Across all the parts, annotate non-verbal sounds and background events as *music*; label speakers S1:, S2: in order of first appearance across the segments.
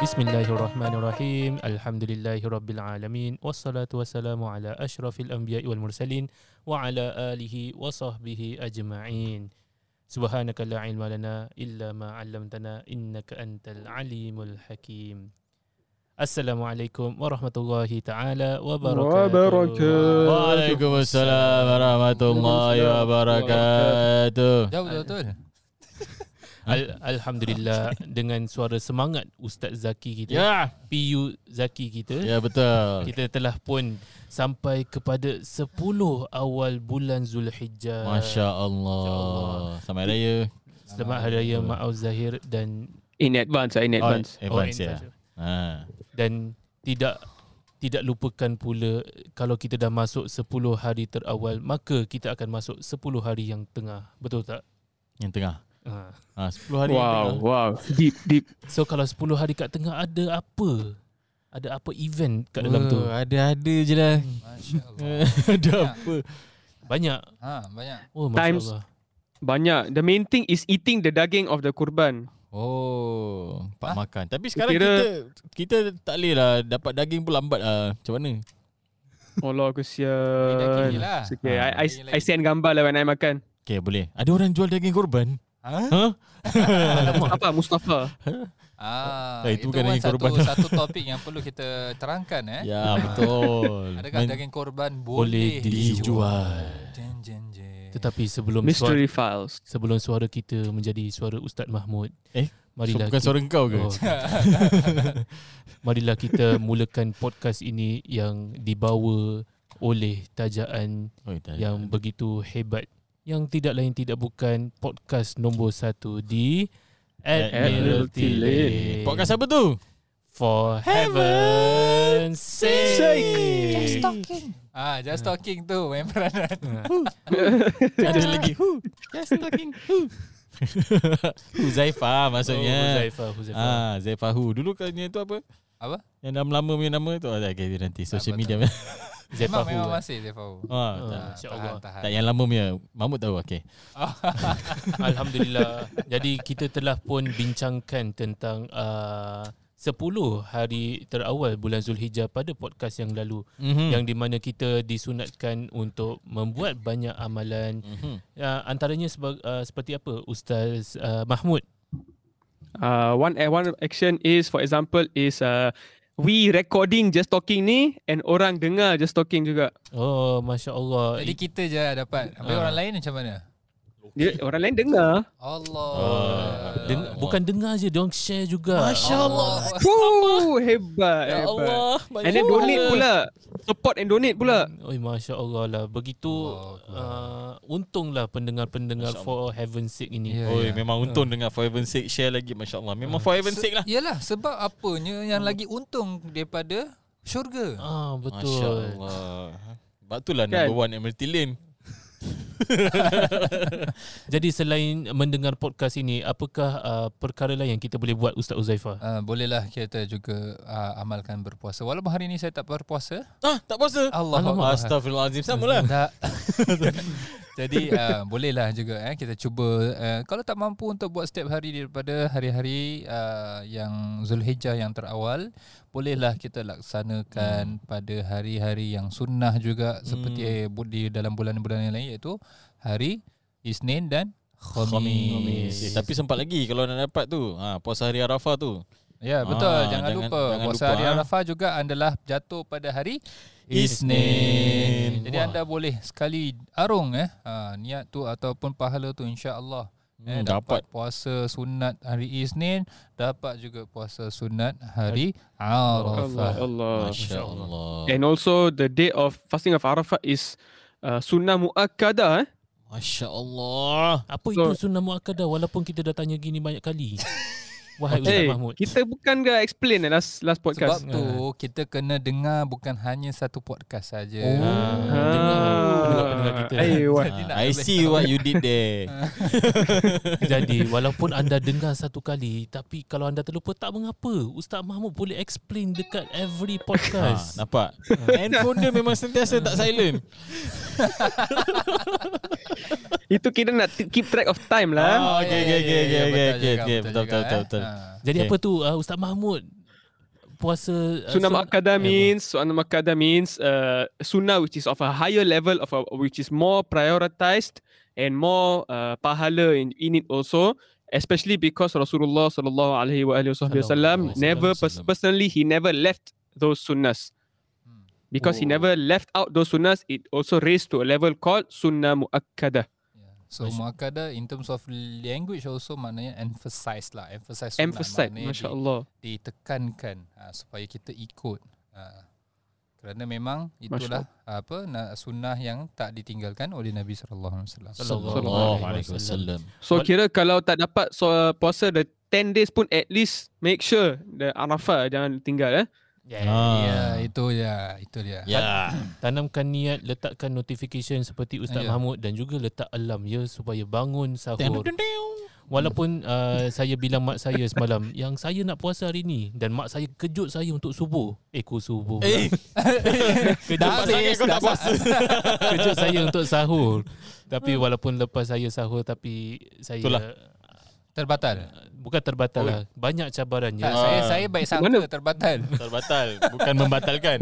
S1: بسم الله الرحمن الرحيم الحمد لله رب العالمين والصلاة والسلام على أشرف الأنبياء والمرسلين وعلى آله وصحبه أجمعين سبحانك لا علم لنا إلا ما علمتنا إنك أنت العليم الحكيم السلام عليكم ورحمة الله تعالى وبركاته
S2: وبركاته.
S3: Waalaikumsalam warahmatullahi wabarakatuh.
S4: Dah betul betul.
S1: Al- Alhamdulillah dengan suara semangat Ustaz Zaki kita
S3: Ya,
S1: PU Zaki kita
S3: ya betul.
S1: Kita telah pun sampai kepada 10 awal bulan Zulhijjah.
S3: Masya
S1: Allah.
S3: Allah. Selamat Raya.
S1: Selamat Hari Raya Maaf Zahir dan
S2: In advance, lah, in advance.
S3: Oh, advance
S1: oh,
S3: ya. Ha.
S1: Dan tidak tidak lupakan pula kalau kita dah masuk 10 hari terawal maka kita akan masuk 10 hari yang tengah. Betul tak?
S3: Yang tengah.
S1: Ha.
S3: Ha, 10 hari yang
S2: wow,
S3: tengah.
S2: wow. Deep, deep.
S1: So kalau 10 hari kat tengah ada apa? Ada apa event kat dalam tu?
S3: Oh, Ada-ada je lah.
S4: Masya-Allah.
S3: *laughs* Ada apa?
S1: Banyak.
S4: Ha, banyak.
S1: Oh
S2: Times-
S1: masya-Allah.
S2: Banyak. The main thing is eating the daging of the kurban.
S3: Oh, pak
S4: Ha?
S3: makan. Tapi sekarang
S2: Kira-
S3: kita kita tak boleh lah dapat daging pun lambat lah. Macam mana?
S2: Allah
S4: Daging
S2: kesian.
S4: lah.
S2: It's okay.
S3: Ah,
S2: I, I,
S4: daging
S2: I
S4: lagi.
S2: send gambar lah when I makan.
S3: Okay, boleh. Ada orang jual daging korban.
S4: Ha?
S3: *laughs*
S2: Apa Mustafa?
S4: Ah,
S3: Eh, itu
S4: itu
S3: bukan
S4: kan
S3: daging
S4: satu,
S3: korban.
S4: satu topik yang perlu kita terangkan eh.
S3: Ya, *laughs* betul.
S4: Adakah
S3: Men-
S4: daging korban
S1: Boleh
S4: boleh,
S3: dijual?
S4: Jen jen jen.
S1: Tetapi sebelum suara
S2: Mystery Files.
S1: sebelum suara kita menjadi suara Ustaz Mahmud.
S3: Eh, So,
S1: marilah
S3: bukan
S1: kita,
S3: suara kau ke?
S1: Oh. *laughs* marilah kita mulakan podcast ini yang dibawa oleh tajaan
S3: Oh, tak.
S1: yang begitu hebat yang tidak lain tidak bukan podcast nombor satu di Admiralty
S2: Admiralty
S1: Lane.
S2: Lane.
S3: Podcast
S1: *laughs*
S3: apa tu?
S1: for heaven's sake. *laughs*
S4: talking. Ah, just
S3: Hmm.
S4: talking tu main peranan.
S3: Ada lagi. Just talking. Huzaifah maksudnya.
S1: Oh, Huzaifah, Huzaifah.
S3: Ah, Zaifahu. Dulu katanya tu apa?
S4: Apa?
S3: Yang nama lama punya nama tu ada okay, dia nanti social
S4: Apa
S3: media. *laughs*
S1: Zaifahu.
S4: Memang
S3: eh.
S4: memang masih Zefahu.
S3: Ah, tak.
S1: Ah,
S4: Tahan,
S1: InsyaAllah.
S4: tahan.
S3: Tak yang lama punya. Mahmud tahu okey.
S1: Alhamdulillah. Jadi kita telah pun bincangkan tentang uh, 10 hari terawal bulan Zulhijjah pada podcast yang lalu
S2: Hmm.
S3: Mhm.
S1: yang di mana kita disunatkan untuk membuat banyak amalan
S3: Mhm.
S1: uh, antaranya seba- uh, seperti apa Ustaz uh, Mahmud
S2: Uh, one eh, one action is, for example, is uh, we recording just talking ni and orang dengar just talking juga.
S1: oh masya-Allah
S4: Jadi kita je lah dapat. Habis
S1: Ah.
S4: orang lain macam mana?
S2: Dia, orang lain dengar.
S4: Allah.
S3: Ah.
S1: Den- bukan dengar je diorang share juga
S4: Allah.
S2: Woo, hebat,
S1: Ya
S2: hebat.
S1: Allah
S2: And then donate pula. Support and donate pula.
S1: Oi Masya Allah lah Begitu uh, Untunglah pendengar-pendengar For heaven's sake ini
S4: Ya,
S3: Oi,
S4: ya. Ah.
S3: memang untung dengan Forever Sake share lagi masya-Allah. Memang Forever Sake lah.
S4: Yalah sebab apanya yang lagi untung daripada syurga.
S1: Ah betul.
S3: Masya-Allah. Sebab itulah
S2: Kan?
S3: number one Emirati Lane.
S1: Jadi selain mendengar podcast ini, apakah uh, perkara lain yang kita boleh buat Ustaz Uzaifah?
S4: Uh, bolehlah kita juga uh, amalkan berpuasa. Walaupun hari ni saya tak berpuasa.
S3: Ah, tak puasa.
S4: Allah
S3: Astaghfirullahalazim sama lah.
S4: Tak. *laughs* Jadi uh, bolehlah juga eh kita cuba uh, kalau tak mampu untuk buat setiap hari daripada hari-hari uh, yang Zulhijjah yang terawal, bolehlah kita laksanakan
S3: Hmm.
S4: pada hari-hari yang sunnah juga seperti bu- di dalam bulan-bulan yang lain iaitu hari Isnin dan
S3: Khamis.
S4: Khamis.
S3: Tapi sempat lagi kalau nak dapat tu. Ha, puasa hari Arafah tu.
S4: Ya betul
S3: Ah,
S4: jangan,
S3: jangan-
S4: lupa
S3: jangan
S4: puasa
S3: lupa,
S4: hari
S3: ah.
S4: Arafah juga adalah jatuh pada hari
S3: Isnin.
S4: Jadi
S1: Wah.
S4: anda boleh sekali arung eh ha, niat tu ataupun pahala tu insya-Allah. Eh,
S3: Hmm,
S4: dapat.
S3: dapat.
S4: puasa sunat hari Isnin, dapat juga puasa sunat hari Arafah.
S2: Allah.
S1: Oh.
S3: Masya-Allah.
S2: And also the day of fasting of Arafah is uh, sunnah muakkadah. Eh?
S3: Masya-Allah.
S1: Apa
S2: So-
S1: itu sunnah muakkadah walaupun kita dah tanya gini banyak
S2: *laughs*
S1: kali? Wahai Ustaz
S2: Hey,
S1: Mahmud.
S2: kita bukan dah explain eh, last last
S4: Sebab
S2: podcast.
S4: tu kita kena dengar bukan hanya satu podcast saja. Eh,
S1: Oh. Ah, dengar pendengar-pendengar kita.
S2: Eh, what?
S4: Jadi nak
S3: Ha, I
S4: boleh
S3: see
S4: tahu.
S3: what you did there.
S1: *laughs*
S3: *laughs*
S1: Jadi walaupun anda dengar satu kali tapi kalau anda terlupa tak mengapa. Ustaz Mahmud boleh explain dekat every
S3: ha,
S1: podcast.
S3: *laughs* nampak? Handphone dia memang sentiasa tak silent.
S2: Itu kita nak t- keep track of time lah.
S3: Ah, okay, okay,
S4: ya, ya,
S3: okay,
S4: ya,
S3: okay, okay,
S4: betul juga,
S3: okay, betul, Ha.
S4: juga,
S3: betul,
S4: eh.
S3: betul.
S4: Ah.
S1: Jadi
S3: Okay.
S1: apa tu uh, Ustaz Mahmud? puasa uh,
S2: Sunnah
S1: sun-
S2: muakkadah means sunnah muakkadah means uh, sunnah which is of a higher level of a, which is more prioritized and more uh, pahala in, in it also especially because Rasulullah sallallahu alaihi wa alihi
S1: Sallallahu
S2: wasallam
S1: alaihi
S2: never pers-
S3: wasallam.
S2: personally he never left those sunnahs
S4: Hmm.
S2: because he
S1: Oh.
S2: never left out those sunnahs it also raised to a level called sunnah muakkadah
S4: Yeah. So
S1: Masya-
S4: muakkadah in terms of language also maknanya emphasize lah. Emphasize sunnah
S2: emphasize
S4: maknanya di-
S2: masya-Allah
S4: ditekankan ha, supaya kita ikut. Ha. Kerana memang itulah ah, apa na- sunnah yang tak ditinggalkan oleh Nabi sallallahu alaihi wasallam.
S3: Sallallahu alaihi wasallam.
S1: Wal-
S2: so kira kalau tak dapat so, uh, puasa the 10 days pun at least make sure the Arafah jangan tinggal eh
S1: Yeah.
S4: Ya,
S3: Ah.
S4: itu ya, itu dia.
S3: Ya.
S1: Tanamkan niat, letakkan notification seperti Ustaz
S4: Ya.
S1: Mahmud dan juga letak alarm ya supaya bangun sahur.
S3: Dun-dun-dun.
S1: Walaupun uh, saya bilang mak saya semalam yang saya nak puasa hari ni dan mak saya kejut saya untuk subuh. Eh ku subuh.
S3: Eh, *laughs*
S1: pula.
S3: kejam sangat
S4: habis,
S3: kau
S4: dah
S3: tak puasa.
S1: *laughs* kejut saya untuk sahur. Tapi walaupun lepas saya sahur tapi saya
S3: Hmm. Itulah. Oh.
S4: Terbatal.
S3: Ya.
S1: bukan terbatal lah. Banyak ya. cabarannya.
S4: Tak,
S3: Ah.
S4: saya saya baik sangka
S2: Mana?
S3: *laughs*
S4: terbatal.
S3: Terbatal, bukan membatalkan.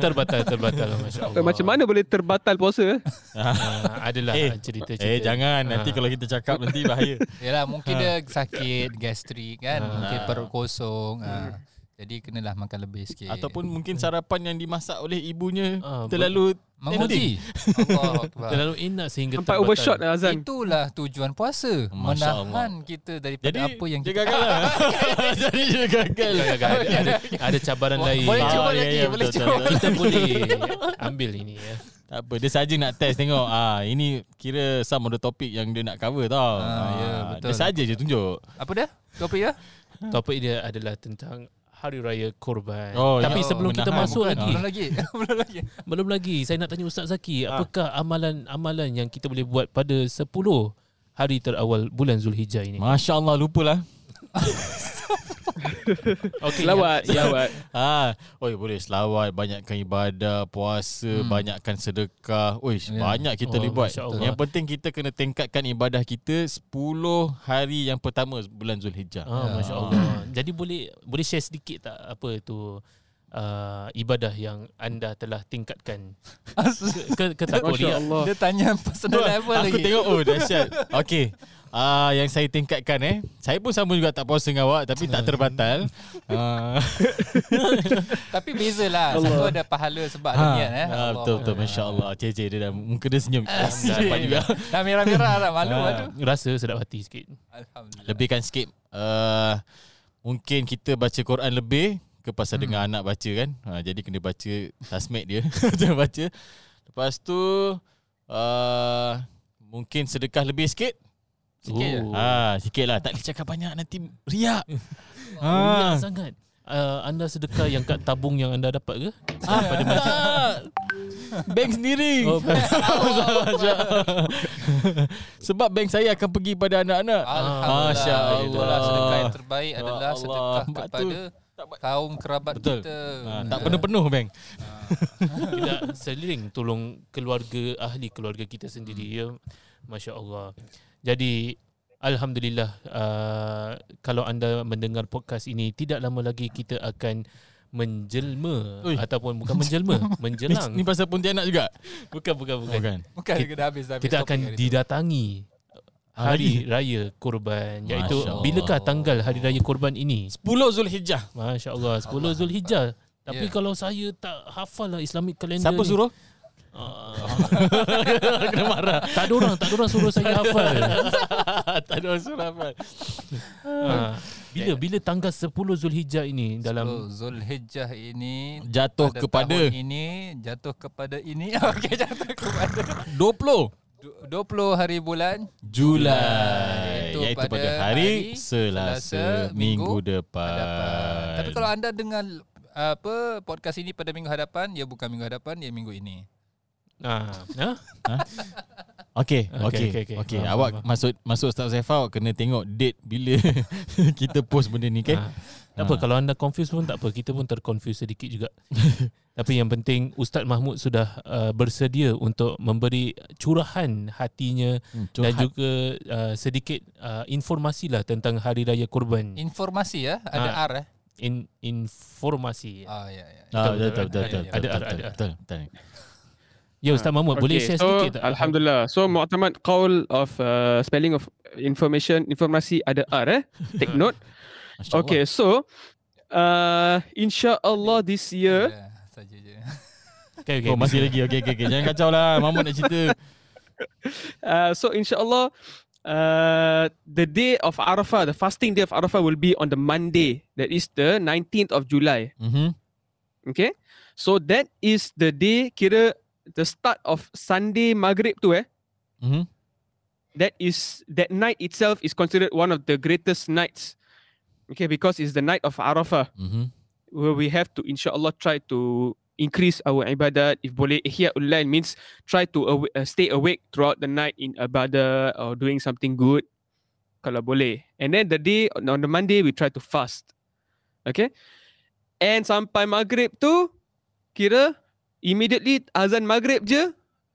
S1: terbatal terbatal masya-Allah.
S2: Eh, Macam mana boleh terbatal puasa? eh?
S1: Uh, adalah
S3: Eh.
S1: cerita-cerita.
S3: Eh, jangan nanti
S1: Ah.
S3: kalau kita cakap nanti bahaya.
S4: Yalah mungkin dia sakit gastrik kan,
S1: Ah.
S4: mungkin perut kosong.
S3: Hmm.
S4: Ha. Jadi kenalah makan lebih sikit.
S3: Ataupun mungkin sarapan yang dimasak oleh ibunya
S1: Ah,
S3: terlalu
S4: menguji. Allah Akbar.
S1: terlalu enak sehingga
S2: Sampai
S1: terbatal.
S2: overshot lah Azan.
S4: Itulah tujuan puasa,
S3: Masya Allah.
S4: menahan kita daripada
S3: jadi
S4: apa yang
S3: dia
S4: kita
S3: gagal lah. Jadi dia gagal.
S1: Gagal, gagal. Ada, ada, ada cabaran lain.
S4: Boleh
S3: Ah,
S4: cuba
S3: ya,
S4: lagi,
S3: ya,
S4: boleh
S3: betul,
S4: cuba.
S3: betul,
S1: Kita boleh ambil ini ya.
S3: Tak apa, dia saja nak test tengok. Ah, ini kira some of the topic yang dia nak cover tau.
S4: Ah, ya, betul.
S3: Dia saja je tunjuk.
S4: Apa dia? ya? Topik dia?
S1: Topik dia adalah tentang Hari Raya Korban.
S3: Oh,
S1: Tapi
S3: ya.
S1: sebelum kita
S3: Menahan,
S1: masuk
S3: bukan.
S1: lagi,
S4: Belum lagi. *laughs* Belum lagi.
S1: belum lagi saya nak tanya Ustaz Zaki,
S3: Ah.
S1: apakah amalan-amalan yang kita boleh buat pada 10 hari terawal bulan Zulhijjah ini?
S3: Masya Allah, lupalah.
S1: Okey.
S2: Selawat, selawat. *laughs*
S3: Ah, oi boleh selawat, banyakkan ibadah, puasa, hmm. banyakkan sedekah. Oi,
S4: Ya.
S3: yeah. banyak
S1: Oh,
S3: kita oh, boleh buat.
S1: Masya Allah.
S3: Yang penting kita kena tingkatkan ibadah kita 10 hari yang pertama bulan Zulhijjah.
S1: Ah, Masya Allah. Jadi boleh boleh share sedikit tak apa itu uh, ibadah yang anda telah
S3: *laughs*
S1: tingkatkan? ke, ke tak boleh?
S2: Masya Allah.
S4: Dia tanya *laughs* personal
S3: Oh.
S4: level
S3: Aku
S4: lagi.
S3: tengok oh dahsyat. Okey. Ah yang saya tingkatkan eh. Saya pun sama juga tak puasa dengan awak tapi tak terbatal. Ah
S4: Tapi beza lah.
S2: Allah.
S4: Satu ada pahala sebab ada
S3: ha,
S4: niat eh. Ah,
S3: ah,
S4: *laughs*
S3: betul betul masya-Allah. Cik cik dia dah muka dia senyum. Dapat
S4: *laughs*
S3: juga.
S4: Dah merah-merah dah malu
S3: Ah.
S4: malu.
S1: Rasa sedap hati sikit.
S4: Alhamdulillah.
S3: Lebihkan sikit. Uh, mungkin kita baca Quran lebih ke pasal hmm. dengan anak baca kan. Ha, jadi kena baca tasmik dia. *laughs* Jangan baca. Lepas tu uh, mungkin sedekah lebih sikit.
S4: Sikit
S3: *laughs*
S4: je.
S1: Oh.
S3: Ah, sikit lah. Tak boleh cakap banyak nanti
S4: *laughs*
S3: riak.
S1: Banyak
S3: ah.
S1: sangat. Uh, anda sedekah yang kat tabung yang anda dapat ke?
S3: Daripada masjid. *laughs* bank sendiri.
S1: Oh,
S3: *laughs* Sebab bank saya akan pergi pada anak-anak. Ah,
S4: Alhamdulillah.
S3: Masya Allah.
S4: Itulah sedekah yang terbaik adalah
S3: Ya Allah.
S4: sedekah
S3: Mak tu
S4: kepada kaum kerabat
S3: Betul.
S4: kita.
S3: Ah, tak penuh-penuh bank.
S1: Kita sering tolong keluarga ahli keluarga kita sendiri ya. Masya Allah. Jadi Alhamdulillah uh, kalau anda mendengar podcast ini tidak lama lagi kita akan menjelma
S3: Ui.
S1: ataupun bukan menjelma,
S3: Ni,
S1: menjelang.
S3: ni pasal Pontianak juga.
S1: Bukan bukan bukan.
S3: Bukan.
S4: Bukan kita habis habis.
S1: Kita akan didatangi
S3: Ah,
S1: Hari Raya Korban iaitu
S3: Masya Allah.
S1: bilakah tanggal Hari Raya Korban ini?
S3: 10 Zulhijjah.
S1: Masya Allah 10 Zulhijjah Tapi
S4: Ya.
S1: kalau saya tak hafal lah Islamic calendar ni.
S3: Siapa suruh?
S1: Ah. Kena marah Tak ada orang Tak ada orang suruh saya hafal
S3: *laughs* tak ada orang suruh apa.
S1: Ah. Bila bila tanggal 10 Zulhijjah ini Dalam
S4: So, Zulhijjah ini
S3: Jatuh
S4: pada
S3: kepada
S4: tahun ini jatuh kepada ini *laughs* okey jatuh kepada
S3: 20
S4: du- 20 hari bulan
S3: Julai.
S4: Iaitu
S3: Iaitu,
S4: pada
S3: pada, hari,
S4: hari
S3: Selasa, minggu,
S4: Selasa, minggu
S3: depan.
S4: hadapan. Ah, Tapi kalau anda dengar apa podcast ini pada minggu hadapan, ya bukan minggu hadapan, ya minggu ini.
S1: ah. ah. Okey,
S3: Okey,
S1: okey,
S3: okey, okey.
S1: okey.
S3: Okey,
S1: Faham,
S3: awak
S1: faham.
S3: masuk masuk Ustaz Zaifa awak kena tengok date bila *laughs* kita post benda ni, okey?
S1: Ah. Tak apa
S3: Ah.
S1: Kalau anda confuse pun tak apa Kita pun terconfuse sedikit juga Tapi yang penting Ustaz Mahmud sudah uh, bersedia Untuk memberi curahan hatinya
S3: Hmm,
S1: Dan
S3: curhat.
S1: juga uh, sedikit uh, informasi lah Tentang Hari Raya Korban
S4: Informasi ya, ada
S1: Ah.
S4: R eh.
S1: in informasi.
S4: Ah ya ya.
S3: Ah, betul betul betul.
S1: Ada,
S3: betul,
S1: ada,
S3: betul,
S1: ada,
S3: betul, betul.
S1: Ya Ustaz Mahmud, boleh share
S2: so,
S1: sedikit Hmm. tak?
S2: Oh, Alhamdulillah. So Mu'tamad qaul of uh, spelling of information informasi ada R eh.
S1: *laughs*
S2: Take note.
S3: Masya Allah.
S2: Okay, so uh, insya-Allah this year
S4: Ya, Saja je.
S1: Okay, okay.
S3: Oh, masih lagi. Okey okey okey. Jangan kacau lah. Mama nak cerita.
S2: Uh, so inshallah uh, the day of Arafah, the fasting day of Arafah will be on the Monday. That is the 19th of July.
S3: Mhm.
S2: Okay. So that is the day kira the start of Sunday Maghrib tu eh.
S3: Mhm.
S2: That is that night itself is considered one of the greatest nights. Okay, because it's the night of Arafah
S3: Mhm.
S2: where we have to inshallah try to increase our ibadat if boleh ihya'ul lail means try to awa- uh, stay awake throughout the night in ibadah or doing something good kalau boleh and then the day on on the monday we try to fast okay and sampai maghrib tu kira immediately azan maghrib je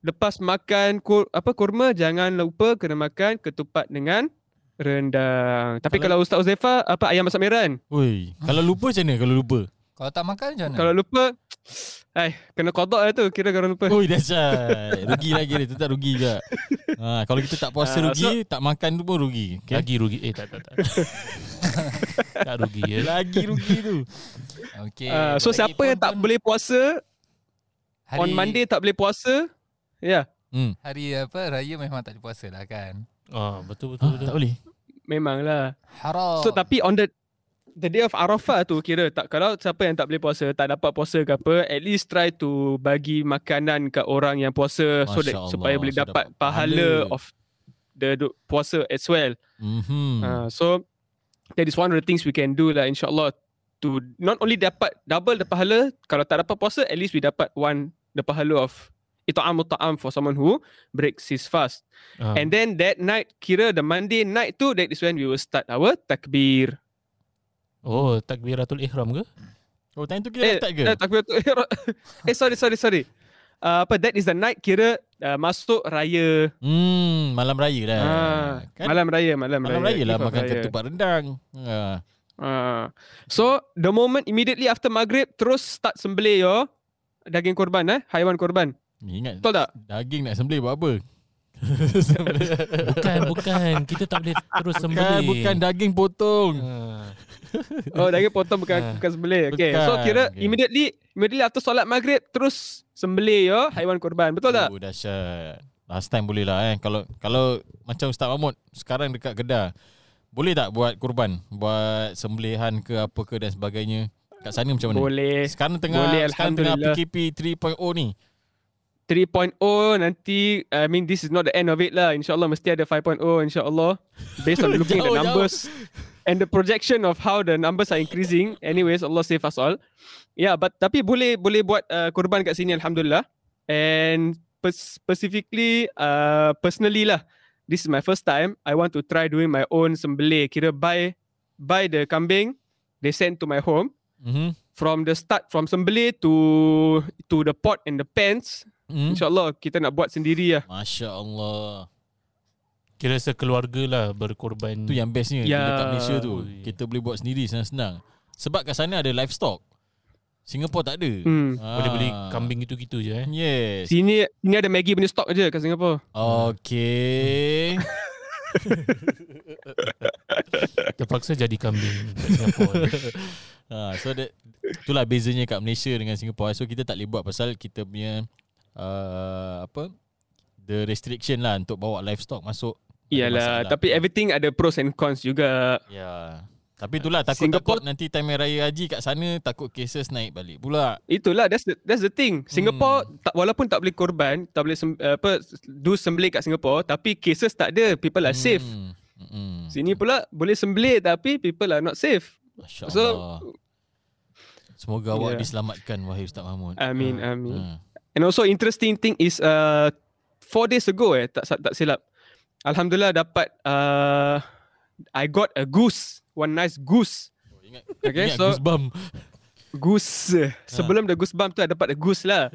S2: lepas makan kur, apa kurma jangan lupa kena makan ketupat dengan rendang tapi kalau,
S3: Kalau-
S2: kalau ustaz Uzefa apa ayam masak merah kan
S3: Oi, kalau lupa macam mana? Kalau lupa.
S4: Kalau tak makan macam mana?
S2: Kalau lupa Eh Kena kodok lah tu Kira kalau lupa
S3: Oi, dahsyat. Rugi lagi dia, tu tak rugi juga. Ha, kalau kita tak puasa
S2: Ah,
S3: rugi, tak makan tu pun rugi. Okay?
S1: Lagi rugi. Eh, tak, tak, *laughs* tak. tak rugi ya.
S3: Lagi rugi tu.
S4: Okey.
S2: uh, So
S4: baik
S2: siapa
S4: pun
S2: yang tak
S4: pun
S2: boleh puasa
S4: hari,
S2: On Monday tak boleh puasa Ya yeah,
S3: Hmm.
S4: hari apa raya memang tak boleh puasa lah kan.
S1: Ah, betul, betul,
S3: Ha,
S1: betul.
S3: tak boleh.
S2: Memanglah
S4: Haram.
S2: So tapi on the The day of Arafah tu kira tak Kalau siapa yang tak boleh puasa Tak dapat puasa ke apa At least try to Bagi makanan ke orang yang puasa So
S3: Masya
S2: that
S3: Allah,
S2: supaya boleh
S3: so
S2: dapat
S3: dapat
S2: pahala
S3: pahala.
S2: Of the do- puasa as well
S3: Mhm.
S2: Uh, so that is one of the things we can do lah insyaallah to not only dapat double the pahala kalau tak dapat puasa at least we dapat one the pahala of it'am ta'am for someone who breaks his fast
S1: Ah.
S2: and then that night kira the monday night tu that is when we will start our takbir
S1: Oh, takbiratul ihram ke?
S3: Oh, time tu kita start ke?
S2: eh, takbir tu *laughs* eh sorry sorry sorry uh, apa that is the night kira uh, masuk raya
S3: Hmm, malam raya lah.
S2: ah
S3: kan?
S2: malam raya malam,
S3: malam raya lah
S2: Eve of
S3: makan
S2: raya.
S3: ketupat rendang. Ha.
S2: Ah. So the moment immediately after maghrib terus start sembelih yo daging korban eh haiwan korban.
S3: Ni ingat
S2: Betul tak?
S3: daging nak sembelih *laughs* buat apa?
S1: Bukan, bukan. Kita tak boleh terus
S3: Bukan,
S1: sembelih.
S3: Kan, bukan daging potong.
S1: Ah.
S2: Oh daging potong
S1: Ah.
S3: *laughs*
S2: bukan bukan sembelih. Okay.
S3: Bukan.
S2: So kira
S3: Okay.
S2: immediately immediately after solat maghrib terus sembelih yo haiwan korban. Betul tak?
S3: Oh, dahsyat. Last time boleh lah eh. Kalau kalau macam Ustaz Mahmud sekarang dekat Kedah. Boleh tak buat kurban? Buat sembelihan ke apa ke dan sebagainya? Kat sana macam mana?
S2: Boleh.
S3: Sekarang tengah
S2: Boleh,
S3: sekarang tengah
S2: Alhamdulillah.
S3: PKP 3.0 ni.
S2: 3.0 nanti I mean this is not the end of it lah. Insyaallah mesti ada 5.0 insyaallah based
S3: *laughs*
S2: on looking at the
S3: Jauh, jauh.
S2: numbers and the projection of how the numbers are increasing. Anyways, Allah save us all. Yeah, but tapi boleh boleh buat uh, kurban kat sini alhamdulillah. And pers- specifically uh, personally lah this is my first time I want to try doing my own sembelih. Kira buy buy the kambing they send to my home
S3: Mhm.
S2: from the start from sembelih to to the pot and the pans
S3: Mm.
S2: InsyaAllah kita nak buat sendiri lah.
S3: Masya-Allah.
S1: Kira sekeluarga lah berkorban.
S3: Tu yang bestnya
S2: Ya.
S3: yeah. dekat Malaysia tu.
S1: Ui.
S3: Kita boleh buat sendiri senang-senang. Sebab kat sana ada livestock. Singapore tak ada.
S2: Hmm.
S3: Ah.
S1: Boleh beli kambing gitu-gitu je eh.
S3: Yes.
S2: Sini sini ada Maggi punya stok je kat Singapore.
S3: Okay.
S1: Terpaksa jadi kambing kat Singapura.
S3: *laughs* ha, so that, itulah bezanya kat Malaysia dengan Singapore. So kita tak boleh buat pasal kita punya uh, apa the restriction lah untuk bawa livestock masuk. Ada
S2: Iyalah,
S3: masalah.
S2: tapi everything ada pros and cons juga.
S3: Ya. Yeah. Tapi itulah takut-takut nanti time raya haji kat sana takut cases naik balik pula.
S2: Itulah that's the, that's the
S3: Hmm.
S2: thing. Singapore tak, walaupun tak boleh korban, tak boleh sem, eh, apa do sembelih kat Singapore, tapi cases tak ada, people are Lah, safe.
S3: Hmm. Hmm.
S2: Sini pula boleh sembelih tapi people are not safe.
S3: Masya
S2: So-
S3: Allah. Semoga awak
S2: Ya.
S3: diselamatkan wahai Ustaz Mahmud.
S2: Amin,
S1: Ah,
S2: amin.
S3: Ha.
S2: And also interesting thing is uh, four days ago eh tak tak silap. Alhamdulillah dapat uh, I got a goose, one nice goose.
S3: Oh, ingat
S2: Okay,
S3: ingat
S2: so
S3: goosebump.
S2: Goose. Sebelum the goosebump tu ada dapat the goose lah.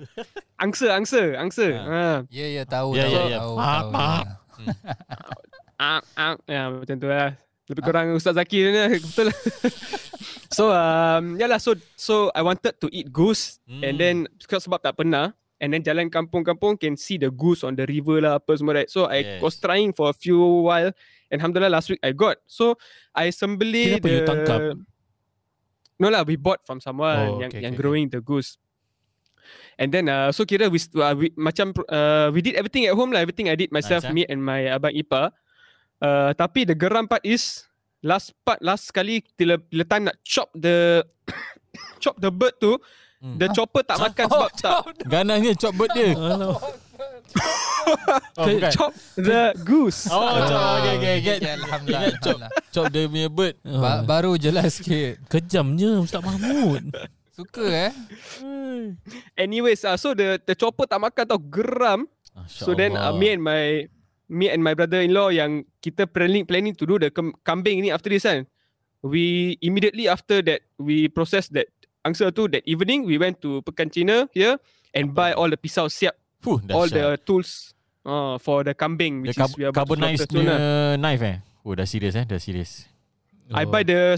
S2: angsa, angsa, angsa. Ha.
S4: Ya ya tahu
S3: Ya,
S4: tahu
S3: ya, ya.
S4: tahu.
S3: Mak,
S4: tahu,
S3: mak.
S4: ya.
S2: Ha. *laughs* Ang, ang. Ya, macam tu lah. Lebih kurang Ustaz Zaki ni lah. Betul lah. So um yalah so so I wanted to eat goose mm. and
S3: Hmm.
S2: then because sebab tak pernah and then jalan kampung-kampung can see the goose on the river lah apa semua right. So I
S3: Yes.
S2: yes. was trying for a few while and alhamdulillah last week I got. So I
S1: Kenapa
S2: sembelih the
S1: you tangkap?
S2: No lah we bought from
S1: Oh,
S2: someone yang
S1: okay,
S2: yang
S1: okay,
S2: growing the goose. And then uh, so kira we, uh, we macam uh, we did everything at home lah everything I did myself
S3: Nice, eh?
S2: me and my abang Ipa. Uh, tapi the geram part is last part last sekali bila, bila time nak chop the *coughs* chop the bird tu
S3: Hmm.
S2: the chopper tak makan sebab tak
S3: Ganasnya chop
S2: *laughs*
S3: bird dia.
S1: Alah.
S3: Oh, *laughs* bukan.
S2: chop Ah. the goose.
S3: Oh, chop. Okay, okay,
S4: Okay,
S3: get.
S4: Alhamdulillah,
S3: Ingat chop,
S4: Alhamdulillah.
S3: chop dia punya bird.
S4: Ba- Baru jelas sikit
S1: Kejamnya Ustaz Mahmud.
S4: Suka eh
S2: Anyways, uh, so the the chopper tak makan tau geram. *laughs* So then uh, me and my me and my brother-in-law yang kita planning planning to do the kem- kambing ni after this kan. We immediately after that we process that angsa tu that evening we went to Pekan Cina here and buy all the pisau siap
S3: Fuh,
S2: all
S3: dahsyat.
S2: the tools uh, for the kambing
S3: The
S2: which is
S3: carbon
S2: we are about to
S3: carbonized
S2: slaughter soon
S3: punya
S2: lah.
S3: knife eh. Oh, dah serius eh, dah serius.
S2: I
S1: Oh.
S2: buy the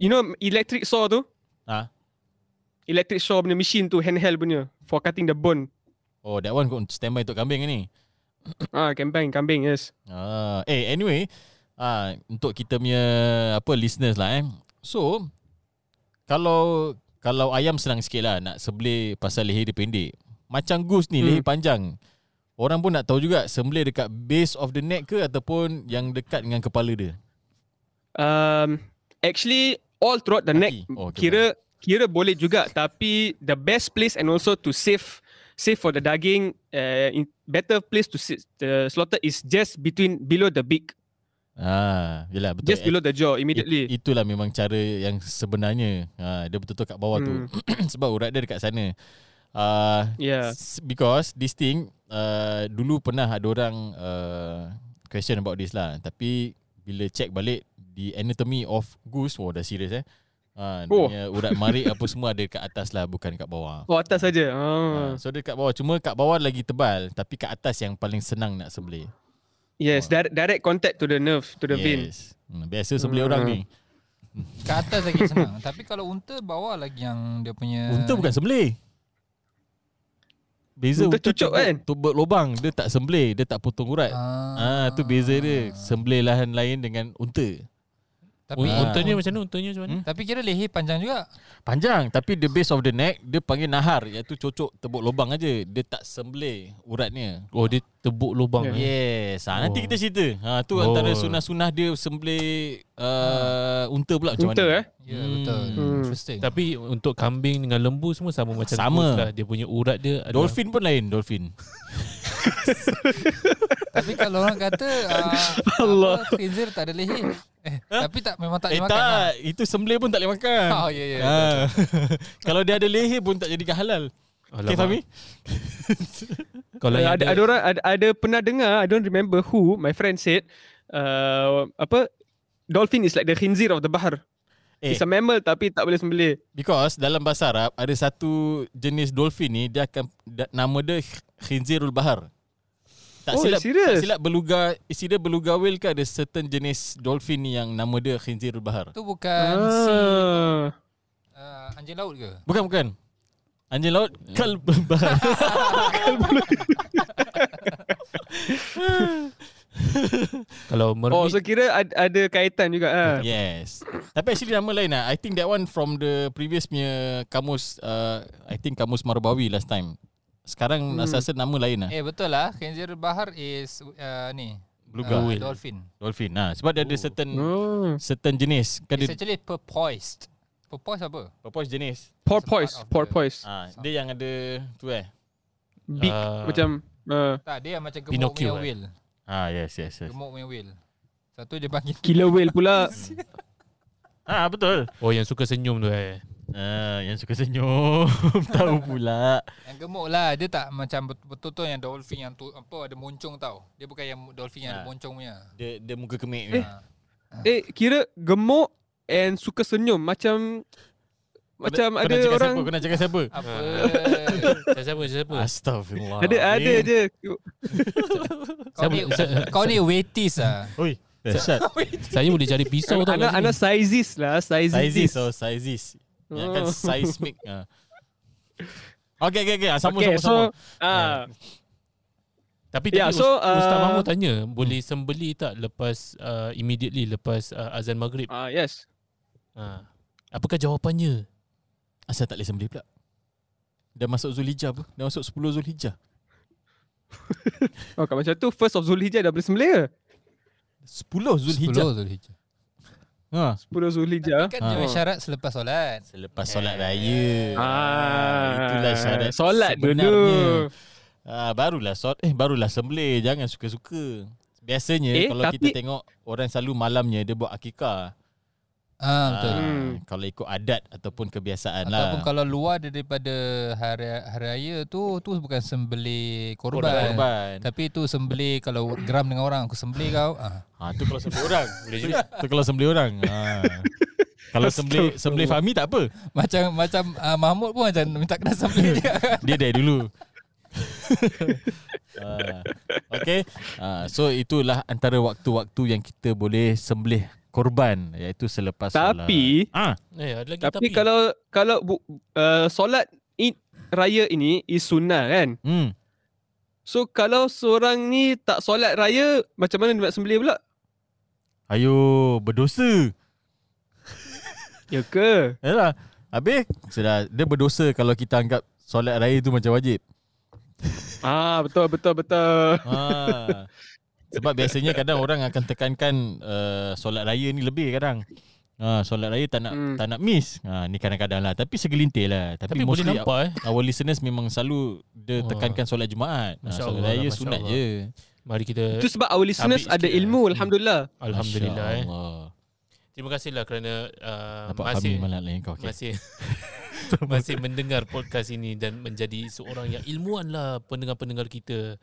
S2: you know electric saw tu
S3: Ah.
S2: electric saw punya machine tu handheld punya for cutting the bone
S3: Oh, that one untuk standby untuk kambing ni.
S2: ah kambing kambing yes
S3: Ah, eh anyway, ah untuk kita punya apa listeners lah eh. So kalau kalau ayam senang sikit lah nak sembelih pasal leher dia pendek. Macam goose
S2: Hmm.
S3: ni leher panjang. Orang pun nak tahu juga sembelih dekat base of the neck ke ataupun yang dekat dengan kepala dia.
S2: Um, actually, all throughout the neck,
S3: Kaki. Oh, okay,
S2: kira kira boleh juga. Tapi the best place and also to save save for the daging, uh, in, better place to sit, the slaughter is just between below the beak,
S3: Ah, yelah betul.
S2: just below the jaw immediately.
S3: It, itulah memang cara yang sebenarnya. Ha, dia betul-betul kat bawah
S2: Hmm.
S3: hmm.
S2: Ya.
S3: tu. *coughs* Sebab urat dia dekat sana. Ah,
S2: yeah.
S3: S- Because this thing uh, Dulu pernah ada orang uh, Question about this lah Tapi Bila check balik The anatomy of goose Oh dah serius eh ha,
S2: Oh.
S3: oh. Dia punya *laughs* urat marik apa semua Ada kat atas lah Bukan kat bawah
S2: Oh atas saja.
S3: ha,
S2: Ah.
S3: So dia kat bawah Cuma kat bawah lagi tebal Tapi kat atas yang paling senang nak sembelih
S2: Yes, direct, direct contact to the nerve, to the vein.
S3: Hmm, Biasa sembelih
S2: Hmm.
S3: orang ni
S4: Ke atas lagi senang Tapi kalau unta bawah lagi yang dia punya
S3: Unta bukan sembelih Beza
S2: Unta cucuk
S3: tu-
S2: kan?
S3: Tu berlubang Dia tak sembelih Dia tak potong urat Ah, tu beza dia. Sembelih lahan lain dengan unta.
S4: Tapi
S3: Ah.
S1: Untanya macam mana? Untanya macam mana?
S4: Tapi kira leher panjang juga
S3: Panjang tapi the base of the neck dia panggil nahar iaitu cocok tebuk lubang aja. Dia tak sembelih uratnya.
S1: Oh dia tebuk lubang.
S4: Hmm.
S1: eh.
S3: Yes. Ha, nanti
S1: Oh.
S3: kita cerita. Ha tu
S1: Oh.
S3: antara sunah-sunah dia sembelih
S4: Ah.
S3: uh, unta pula macam
S2: Unta
S3: mana.
S2: eh.
S4: Ya
S3: Hmm.
S4: betul
S2: Hmm.
S4: Interesting
S1: Tapi untuk kambing dengan lembu semua sama macam
S3: Sama.
S1: goose Lah. Dia punya urat dia adalah-
S3: Dolphin pun lain dolphin.
S4: Tapi kalau orang kata ah,
S2: Allah.
S4: apa, Khinzir tak ada leher eh, Tapi tak memang tak
S3: eh
S4: dimakan lah.
S3: tak, itu sembelih pun tak boleh makan.
S4: *laughs* Oh ya ya
S3: Ah. *laughs* Kalau dia ada leher pun tak jadikan halal.
S1: Alamak.
S3: Okay Fahmi?
S1: Kalau
S2: Uh,
S1: yang
S2: ada, ada orang ada, ada pernah dengar I don't remember who my friend said uh, apa dolphin is like the khinzir of the bahar.
S3: Eh.
S2: It's a mammal tapi tak boleh sembelih.
S3: Because dalam bahasa Arab ada satu jenis dolphin ni dia akan da, nama dia khinzirul bahar.
S2: Oh,
S3: Tak silap tak
S2: serious?
S3: silap beluga isi dia beluga whale ke ada certain jenis dolphin ni yang nama dia khinzirul bahar.
S4: Itu bukan si
S2: Ah.
S4: ah, Anjing laut ke?
S3: Bukan bukan. Anjing laut kalb bahar.
S1: kalau mermaid
S2: Oh, so kira ada, ada kaitan juga ah.
S3: *laughs* yes. Tapi actually nama lain lah. I think that one from the previous punya kamus uh, I think kamus Marbawi last time. Sekarang hmm. rasa nama lain lah.
S4: Eh betul lah Khinzir bahar is uh, ni
S3: Beluga
S4: ah,
S3: whale.
S4: Dolphin
S3: Dolphin. Nah, sebab dia ada certain
S2: Oh.
S3: certain jenis. Kan dia
S4: It's actually porpoised Porpoise apa?
S3: purpose jenis.
S2: Porpoise,
S4: It's a part of the-
S2: porpoise.
S3: Ah, dia yang ada tu eh.
S2: Big
S1: Ah.
S2: macam ah,
S4: Tak dia macam gemuk
S1: Pinocchio,
S4: punya
S1: eh?
S4: whale
S3: Ah, yes, yes, yes.
S4: Gemuk punya whale Satu dia panggil *laughs*
S2: killer whale
S3: *laughs*
S2: pula.
S3: Ah, betul.
S1: Oh yang suka senyum tu eh.
S3: Ah, yang suka senyum *laughs* tahu pula.
S4: Yang gemuk lah Dia tak macam bet- betul-betul yang dolphin Yang tu, apa ada moncong tau Dia bukan yang dolphin yang ada
S3: Ha.
S4: moncong punya
S3: Dia dia muka kemik. Eh.
S4: ha.
S2: eh, kira gemuk and suka senyum macam macam
S3: kau
S2: ada
S3: nak cakap
S2: orang
S3: siapa? Kau nak cakap *laughs* siapa?
S4: Apa
S1: Siapa siapa?
S3: Astagfirullah.
S2: ada ada je.
S4: *laughs* Kau ni
S1: Siapa-
S4: Kau ni weighties lah
S3: Oi, Dahsyat.
S1: Saya boleh cari pisau tau.
S2: Anak
S1: kat
S2: anak
S1: sini.
S2: sizes lah, sizes.
S3: Sizes oh, sizes. Yang kan
S2: Oh.
S3: seismic. ah. Okay, okay, okay. Ah, Sama,
S2: okay, so
S3: sama, sama.
S2: ah,
S1: Tapi yeah,
S2: Yeah,
S1: tadi
S2: so,
S1: so, uh, Ustaz
S2: uh,
S1: Mahmud tanya, boleh sembeli tak lepas uh, immediately lepas uh, azan maghrib?
S2: ah yes.
S1: Ha. Apakah jawapannya?
S3: Asal tak boleh sembelih pula? Dah masuk Zulhijjah apa? Dah masuk 10 Zulhijjah.
S2: Oh, kat macam tu first of Zulhijjah dah boleh sembelih ke?
S3: 10 Zulhijjah.
S4: 10 Zulhijjah.
S3: Ha.
S2: 10 Zulhijjah.
S4: Kan
S3: Ah.
S4: dia syarat selepas solat.
S3: Selepas solat raya.
S2: Ah,
S3: itulah syarat.
S2: Solat dulu.
S3: Ah, barulah sort eh barulah sembelih jangan suka-suka. Biasanya
S2: Eh,
S3: eh, kalau tapi... kita
S2: tapi-
S3: tengok orang selalu malamnya dia buat akikah.
S4: Ah betul.
S3: Ah,
S2: Hmm.
S3: kalau ikut adat ataupun kebiasaan
S4: Ataupun
S3: lah.
S4: kalau luar dia daripada hari, hari raya tu tu bukan sembelih korban. korban.
S3: korban.
S4: Tapi tu sembelih kalau geram dengan orang aku sembelih kau. Ah.
S3: Ha tu kalau sembelih orang. Boleh juga. Tu kalau sembelih orang. Ha. *laughs* kalau sembelih sembelih Fahmi tak apa.
S4: Macam macam uh, Mahmud pun macam minta kena sembelih dia.
S3: Dia dari dulu. ha. Okay ha. So itulah antara waktu-waktu yang kita boleh sembelih korban iaitu selepas
S2: Tapi-
S3: solat. Ah,
S1: Eh, ada lagi kan tapi.
S2: Tapi, kalau kalau bu, uh, solat Id raya ini is sunnah kan.
S3: hmm.
S2: So kalau seorang ni tak solat raya macam mana dia nak sembelih pula?
S3: Ayo berdosa.
S2: Ya ke?
S3: Yalah. Habis sudah dia berdosa kalau kita anggap solat raya tu macam wajib.
S2: Ah betul betul betul.
S3: Ha. Sebab biasanya kadang orang akan tekankan uh, solat raya ni lebih kadang. Ha, solat raya tak nak
S2: Hmm.
S3: tak nak miss. Ha, ni kadang-kadang lah tapi segelintir lah. Tapi,
S1: tapi boleh
S3: mostly
S1: nampak eh.
S3: our listeners memang selalu dia
S1: Oh.
S3: tekankan solat Jumaat. Ha,
S1: Masya
S3: solat
S1: Allah lah,
S3: raya
S1: Masya
S3: sunat
S1: Allah.
S3: je.
S1: Mari kita
S2: Itu sebab our listeners
S1: Habis
S2: ada
S1: sikit
S2: ilmu
S1: lah.
S2: alhamdulillah.
S1: alhamdulillah
S3: Masya
S1: eh.
S3: Allah.
S1: Terima kasihlah kerana uh,
S3: Nampak kami
S1: masih
S3: malam lain kau. Okay.
S1: masih masih mendengar podcast ini dan menjadi seorang yang ilmuwan lah pendengar-pendengar kita.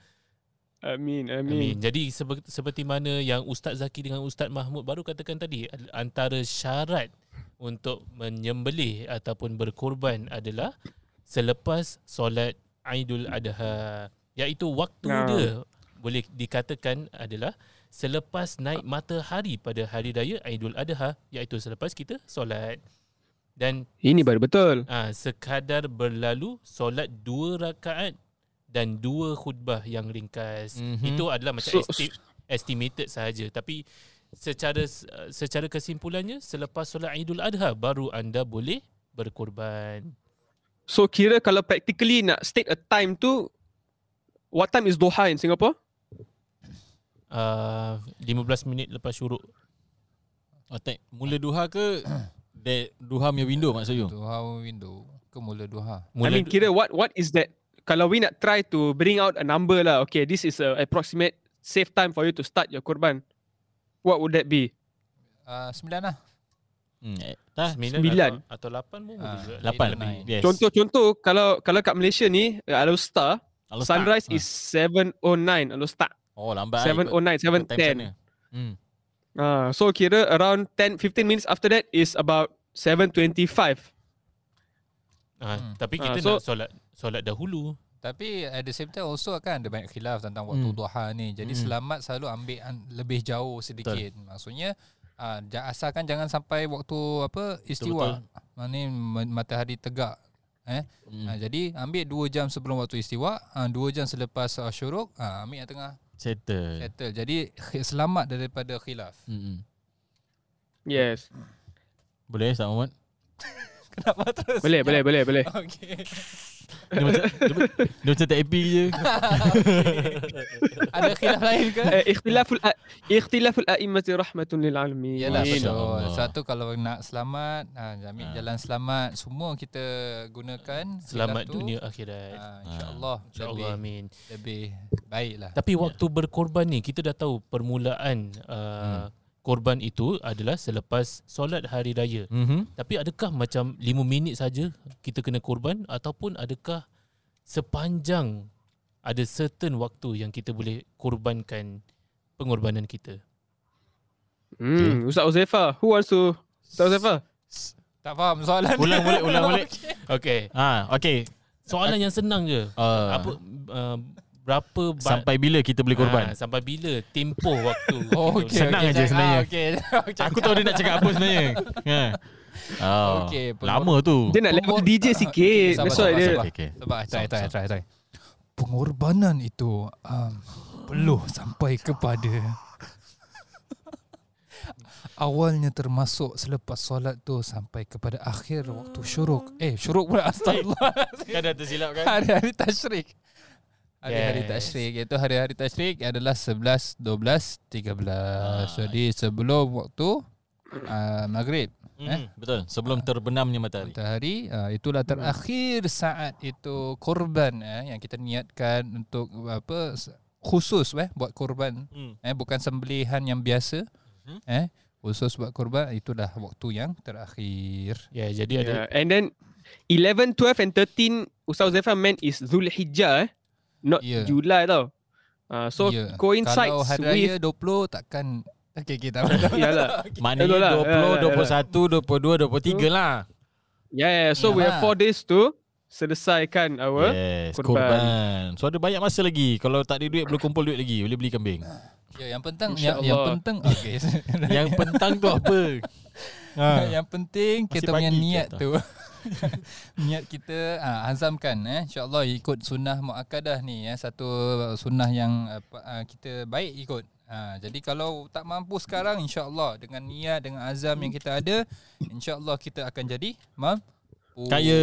S2: Amin
S1: Amin.
S2: amin.
S1: Jadi sebe- seperti mana yang Ustaz Zaki dengan Ustaz Mahmud baru katakan tadi, ad- antara syarat untuk menyembelih ataupun berkorban adalah selepas solat Aidul Adha, iaitu waktu
S2: Nah.
S1: dia boleh dikatakan adalah selepas naik matahari pada hari raya Aidul Adha, iaitu selepas kita solat. Dan
S2: Ini baru betul.
S1: Ah, sekadar berlalu solat dua rakaat dan dua khutbah yang ringkas.
S3: Mhm.
S1: Mm-hmm. Itu adalah macam so,
S2: So-
S1: esti- estimated sahaja. Tapi secara secara kesimpulannya selepas solat Idul Adha baru anda boleh berkorban.
S2: So kira kalau practically nak state a time tu what time is duha in Singapore?
S1: Uh, 15 minit lepas syuruk.
S3: *laughs* Oh, tak. Mula
S1: *coughs*
S3: duha ke de, duha punya window maksud you?
S4: Duha window ke mula duha.
S2: I mean kira what what is that? Kalau we nak try to bring out a number lah. Okay, this is a approximate safe time for you to start your korban. What would that be?
S4: Ah uh, 9 lah.
S3: Hmm. eh, Tak.
S1: 9,
S2: sembilan.
S1: Ah, atau, atau 8 pun boleh
S4: Ah,
S1: juga.
S3: Lapan.
S4: Nine.
S3: Yes.
S2: Contoh-contoh kalau kalau kat Malaysia ni Alustar
S3: Kalau start.
S2: sunrise
S3: Ah.
S2: is 709 Alustar
S3: Oh lambat. lah, ikut-
S2: 709
S3: ikut time sana.
S2: 710.
S3: Hmm.
S2: Ah so kira around 10 15 minutes after that is about 725.
S1: Ah,
S4: Hmm.
S1: Tapi
S2: Ah,
S1: kita
S2: so-
S1: nak solat solat dahulu.
S4: Tapi at the same time also kan ada banyak khilaf tentang waktu
S3: Hmm.
S4: hmm. duha ni.
S3: Hmm.
S4: Jadi hmm. selamat selalu ambil an, lebih jauh sedikit. Betul. Maksudnya uh, asalkan jangan sampai waktu apa istiwa. Ini matahari tegak.
S3: Hmm.
S4: Hmm.
S1: Ah.
S4: Uh, jadi ambil 2 jam sebelum waktu istiwa, uh, 2 jam selepas uh, syuruk, uh, ambil yang tengah
S3: Settle.
S4: settle. Jadi khi- selamat daripada khilaf.
S3: Hmm.
S2: Yes.
S3: Boleh Ustaz
S1: *laughs*
S3: Muhammad?
S4: Kenapa terus?
S2: Boleh boleh boleh
S3: *laughs*
S2: boleh.
S4: Okey.
S3: Dia macam dia, ma- dia macam tak happy je.
S4: Ada khilaf lain ke?
S2: *laughs* Eh, ikhtilaful a- ikhtilaful a'immati rahmatun lil alamin. Hmm.
S4: Yalah
S3: Masya
S4: betul.
S3: Allah.
S4: Satu kalau nak selamat, ha, ambil
S3: Ha.
S4: ha. jalan selamat. Semua kita gunakan
S1: Selamat
S4: jalan tu.
S1: dunia akhirat.
S4: Ha, InsyaAllah ha. lebih,
S1: InsyaAllah amin.
S4: lebih baik lah.
S1: Tapi waktu berkorban ni kita dah tahu permulaan uh, hmm. korban itu adalah selepas solat hari raya.
S3: Mhm.
S1: Tapi adakah macam 5 minit saja kita kena korban ataupun adakah sepanjang ada certain waktu yang kita boleh korbankan pengorbanan kita?
S2: Hmm, Ustaz Uzaifa, who wants to Ustaz Uzaifa?
S4: Tak faham soalan
S3: Ulang balik, ulang balik.
S1: Okey, Ah.
S3: Ah, okey.
S1: soalan yang senang je.
S3: Uh,
S1: Apa uh, berapa ba-
S3: Sampai bila kita boleh korban?
S1: Ah, sampai bila tempoh *laughs* waktu.
S4: *laughs* Oh, okay,
S3: Senang
S4: okay,
S3: aje
S4: jangan-
S3: sebenarnya.
S4: ah, Okay.
S3: Aku tahu dia nak cakap apa *laughs* sebenarnya. ha. Oh,
S4: Okey,
S3: okay, lama tu.
S2: Dia nak level DJ sikit.
S4: Ah,
S2: That's
S4: sabar,
S2: why
S4: sabar,
S2: dia
S4: sabar.
S3: Okay, okay.
S4: Sebab try,
S3: Sama,
S4: try,
S3: sama.
S4: try, try. Pengorbanan itu um, perlu sampai kepada *laughs* awalnya termasuk selepas solat tu sampai kepada akhir waktu syuruk. Eh, syuruk pula astagfirullah.
S3: Kan dah tersilap kan?
S4: Hari-hari tashrik. Hari-hari
S1: Yes.
S4: tashrik itu hari-hari tashrik adalah 11, 12, 13. Jadi sebelum waktu uh, maghrib
S3: Hmm, betul. Sebelum terbenamnya matahari.
S4: matahari uh, itulah terakhir saat itu korban eh, yang kita niatkan untuk apa s- khusus eh buat korban
S3: Hmm.
S4: eh bukan sembelihan yang biasa
S3: Mhm.
S4: eh khusus buat korban itulah waktu yang terakhir
S1: Ya, jadi ada
S2: Yeah. And then 11, 12 and 13 Ustaz Zafar meant is Zulhijjah eh. Not
S4: Yeah.
S2: yeah. July tau. Uh, so yeah. coincides
S4: kalau hari raya
S2: with
S4: 20 takkan okey kita okay, tak apa. *laughs*
S2: *laughs* Yalah.
S3: Maknanya
S2: Betul lah. Ya, ya, ya.
S3: 20, 21, 22, 23 lah.
S2: Yeah, yeah. So we have
S4: Yalah.
S2: four days to selesaikan our
S3: Yes,
S2: Korban.
S3: korban. So ada banyak masa lagi. Kalau tak ada duit boleh kumpul duit lagi, boleh beli kambing.
S4: ya yang penting yang,
S2: InsyaAllah.
S4: yang penting okey
S3: *laughs* Yang pentang tu apa? ha.
S4: *laughs* yang penting
S3: Masih
S4: kita punya
S3: pagi ke
S4: niat
S3: tak?
S4: tu. *laughs* niat kita ah, azamkan eh insyaallah ikut sunnah muakkadah ni eh satu sunnah yang apa, ah, kita baik ikut. Ha, jadi kalau tak mampu sekarang insyaallah dengan niat dengan azam yang kita ada insyaallah kita akan jadi mampu.
S3: Kaya.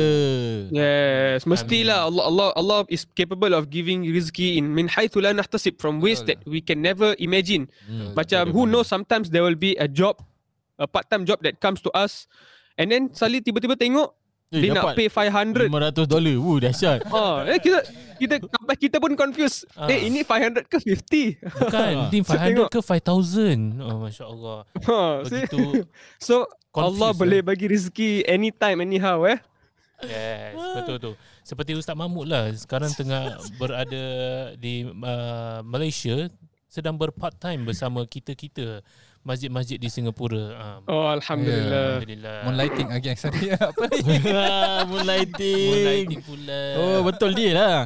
S2: Yes, mestilah Allah Allah Allah is capable of giving rizki in min haitsu la nahtasib from ways
S4: Betul.
S2: that we can never imagine.
S3: Hmm.
S2: Macam
S3: Betul,
S2: who
S3: betul.
S2: knows sometimes there will be a job a part-time job that comes to us and then suddenly tiba-tiba tengok
S3: Eh,
S2: dia nak
S3: dapat
S2: pay 500
S3: 500 dolar. Wuh, *laughs* dahsyat.
S2: Oh, eh kita kita sampai kita pun confused.
S1: Ah.
S2: Eh ini 500 ke *laughs* 50?
S1: bukan
S3: Ah.
S1: Din
S2: So,
S1: 500
S2: tengok.
S1: ke 5000. Oh, masya-Allah.
S2: Ha, see?
S1: Begitu
S2: So
S1: confused,
S2: *laughs* Allah
S1: eh.
S2: boleh bagi rezeki anytime anyhow eh.
S1: Yes, betul tu. Seperti Ustaz Mahmud lah sekarang tengah
S2: *laughs*
S1: berada di uh, Malaysia sedang berpart time bersama kita-kita masjid-masjid di Singapura. Um,
S2: Oh alhamdulillah.
S1: Alhamdulillah.
S4: Moonlighting again sorry *laughs* apa ni?
S3: *laughs* Ah, Moonlighting.
S1: Moonlighting pula.
S3: Oh, betul dia lah.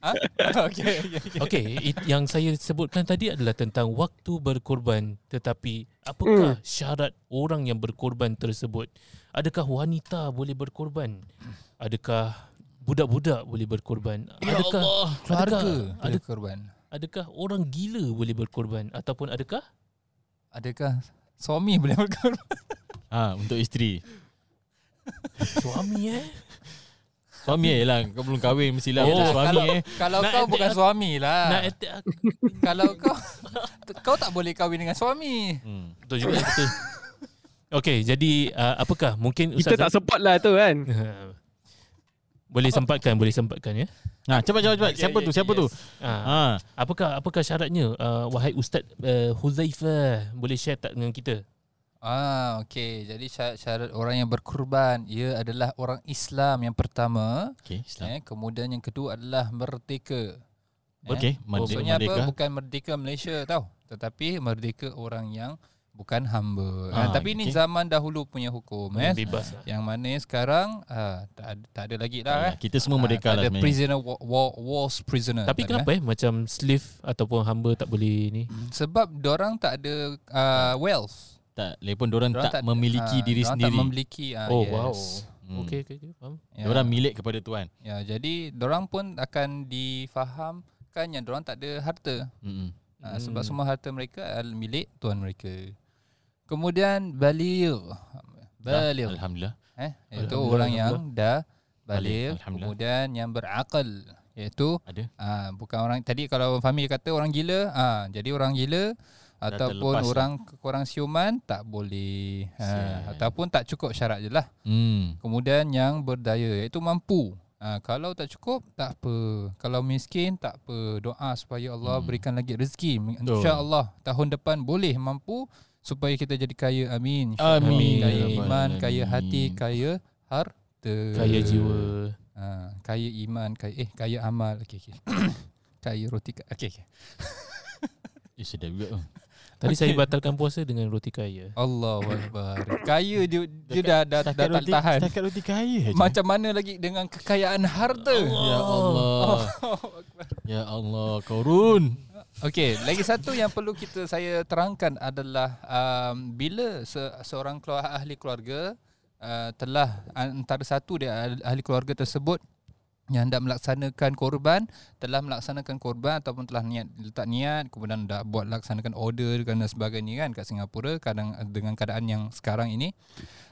S4: Ha? Okey okey. okey.
S1: *laughs* Okey, it, yang saya sebutkan tadi adalah tentang waktu berkorban. Tetapi apakah mm.
S2: Hmm.
S1: syarat orang yang berkorban tersebut? Adakah wanita boleh berkorban? Adakah budak-budak boleh berkorban?
S2: Ya
S1: Adakah Adakah,
S4: Keluarga ada
S1: adakah,
S4: korban.
S1: adakah orang gila boleh berkorban ataupun adakah
S4: Adakah suami boleh berkorban?
S3: Ha, untuk isteri.
S1: suami eh?
S3: Suami eh lah. Kau belum kahwin mestilah. Oh,
S4: kalau,
S3: suami eh.
S4: kalau
S1: Nak
S4: kau
S1: attack
S4: bukan
S1: aku.
S4: suami lah.
S2: Ah.
S1: Nak attack aku.
S4: Kalau kau *laughs* kau tak boleh kahwin dengan suami.
S3: Hmm.
S1: Betul juga betul. Okey, jadi uh, apakah mungkin
S2: Kita tak support lah tu kan.
S1: *laughs* boleh sempatkan, boleh sempatkan ya.
S3: Ha, cepat cepat cepat.
S4: Okay,
S3: Siapa
S4: okay,
S3: tu?
S4: okay,
S3: Siapa tu?
S4: yes.
S1: Ah,
S3: Ha.
S1: Apakah apakah syaratnya uh, wahai ustaz uh, Huzaifah boleh share tak dengan kita?
S4: Ah, okey. Jadi syarat-syarat orang yang berkorban, ia adalah orang Islam yang pertama,
S3: Okey, Islam.
S4: eh, kemudian yang kedua adalah merdeka. Eh,
S3: Okey, merdeka.
S4: Maksudnya
S3: merdeka.
S4: apa? Bukan merdeka Malaysia tau, tetapi merdeka orang yang bukan hamba.
S3: Ah,
S4: Ah, tapi
S3: okey.
S4: ini zaman dahulu punya hukum, eh.
S1: Bebas. lah.
S4: Yang mana sekarang ah, tak, ada, tak ada lagi dah eh.
S3: Kita semua merdeka
S4: Ah, tak
S3: lah
S4: Ada
S3: sebenarnya.
S4: prisoner war, war, wars prisoner.
S1: Tapi
S4: tak ada, eh.
S1: kenapa eh macam slave ataupun hamba tak boleh ni?
S4: Sebab orang tak ada uh, wealth.
S3: Tak, lagi pun diorang
S4: Dorang
S3: tak memiliki
S4: ah,
S3: diri
S4: dorang
S3: sendiri.
S4: Tak memiliki. ah,
S1: Oh
S4: yes.
S1: wow.
S3: Hmm.
S1: Okey okey okey faham.
S4: Ya.
S3: Diorang milik kepada Tuhan.
S4: ya, jadi orang pun akan difahamkan yang orang tak ada harta.
S3: Hmm.
S4: Ah, Sebab
S1: Hmm.
S4: semua harta mereka adalah milik tuan mereka. Kemudian baligh. Baligh.
S3: Alhamdulillah.
S4: Eh, itu
S1: Alhamdulillah,
S4: orang yang dah
S3: Baligh,
S4: baligh.
S3: Alhamdulillah.
S4: Kemudian yang berakal iaitu
S3: Ada.
S4: Ah, bukan orang tadi kalau Fahmi kata orang gila, ah jadi orang gila
S3: terlepas
S4: ataupun
S3: lah.
S4: orang kurang siuman tak boleh.
S3: Sial.
S4: Ha, ataupun tak cukup syarat je lah.
S3: Hmm.
S4: Kemudian yang berdaya iaitu mampu. Ha, kalau tak cukup tak apa. Kalau miskin tak apa. Doa supaya Allah
S3: Hmm.
S4: berikan lagi rezeki.
S3: Betul.
S4: Insya-Allah tahun depan boleh mampu supaya kita jadi kaya. Amin. Insya Allah.
S3: Amin.
S4: Kaya
S1: Amin.
S4: iman, kaya hati,
S3: Amin. Eh,
S4: kaya harta.
S1: Kaya jiwa.
S4: Ha, kaya iman, kaya eh kaya amal. Okey *coughs* okey. kaya roti. ka- Okey okey.
S3: Eh, sedap juga. tu.
S1: Tadi saya batalkan puasa dengan roti kaya.
S4: Allahu akbar. Kaya dia dia dah dah, dah, tak
S3: roti,
S4: tahan.
S3: Setakat roti kaya je.
S4: Oh. Macam mana lagi dengan kekayaan harta?
S3: Ya Allah. Ya Allah, korun.
S4: Okey, lagi satu yang perlu kita saya terangkan adalah um, bila se- seorang keluar, ahli keluarga uh, telah antara satu dia ahli- ahli keluarga tersebut yang hendak melaksanakan korban telah melaksanakan korban ataupun telah niat letak niat kemudian dah buat laksanakan order dan sebagainya kan kat Singapura kadang dengan keadaan yang sekarang ini